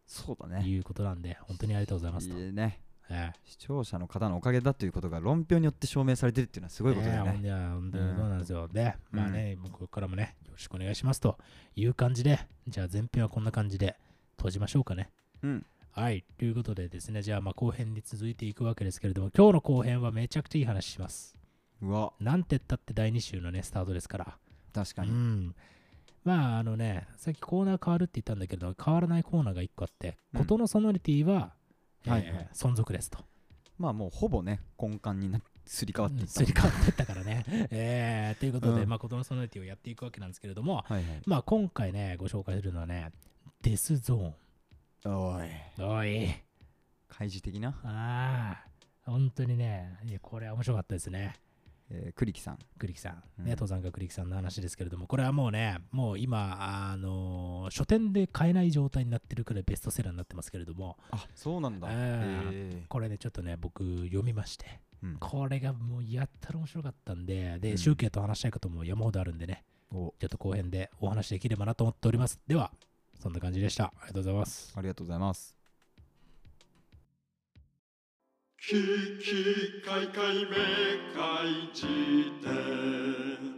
C: そうだね
B: いうことなんで、本当にありがとうございますと。
C: いいね
B: ええ
C: 視聴者の方のおかげだということが論評によって証明されてるっていうのはすごいことだよね
B: ねえ本当にそうなんですよ。で、まあね、もうこれからもね、よろしくお願いしますという感じで、じゃあ前編はこんな感じで閉じましょうかね。
C: うん
B: はい、ということでですね、じゃあまあ後編に続いていくわけですけれども、今日の後編はめちゃくちゃいい話します。
C: うわ
B: なんて言ったって第2週のね、スタートですから。
C: 確
B: う
C: かに
B: ん。まああのね、さっきコーナー変わるって言ったんだけれども、変わらないコーナーが1個あって、
C: うん
B: ことのソノリティは、えー
C: はいはい
B: 存続ですと。
C: まあもうほぼね根幹になすり替わっていった
B: すり替わってったからね。 えーということで、
C: うん
B: まあ、ことのソノリティをやっていくわけなんですけれども、
C: はいはい
B: まあ、今回ね、ご紹介するのはね、デスゾ
C: おい
B: ーン。おい、
C: 開示的な
B: ああ、本当にね、いやこれは面白かったですね。
C: えー栗木さん
B: 栗木さん、
C: うん
B: ね、登山家栗木さんの話ですけれども、これはもうね、もう今、あのー書店で買えない状態になってるくらいベストセラーになってますけれども、
C: あそうなんだ
B: あー
C: え
B: これね、ちょっとね、僕、読みまして、
C: うん
B: これがもうやったら面白かったんで、
C: う
B: で、
C: ん
B: 集計と話したいことも山ほどあるんでね、
C: お
B: ちょっと後編でお話できればなと思っております。では、そんな感じでした。ありがとうございます。
C: ありがとうございます
A: ききかいかいめかいじ典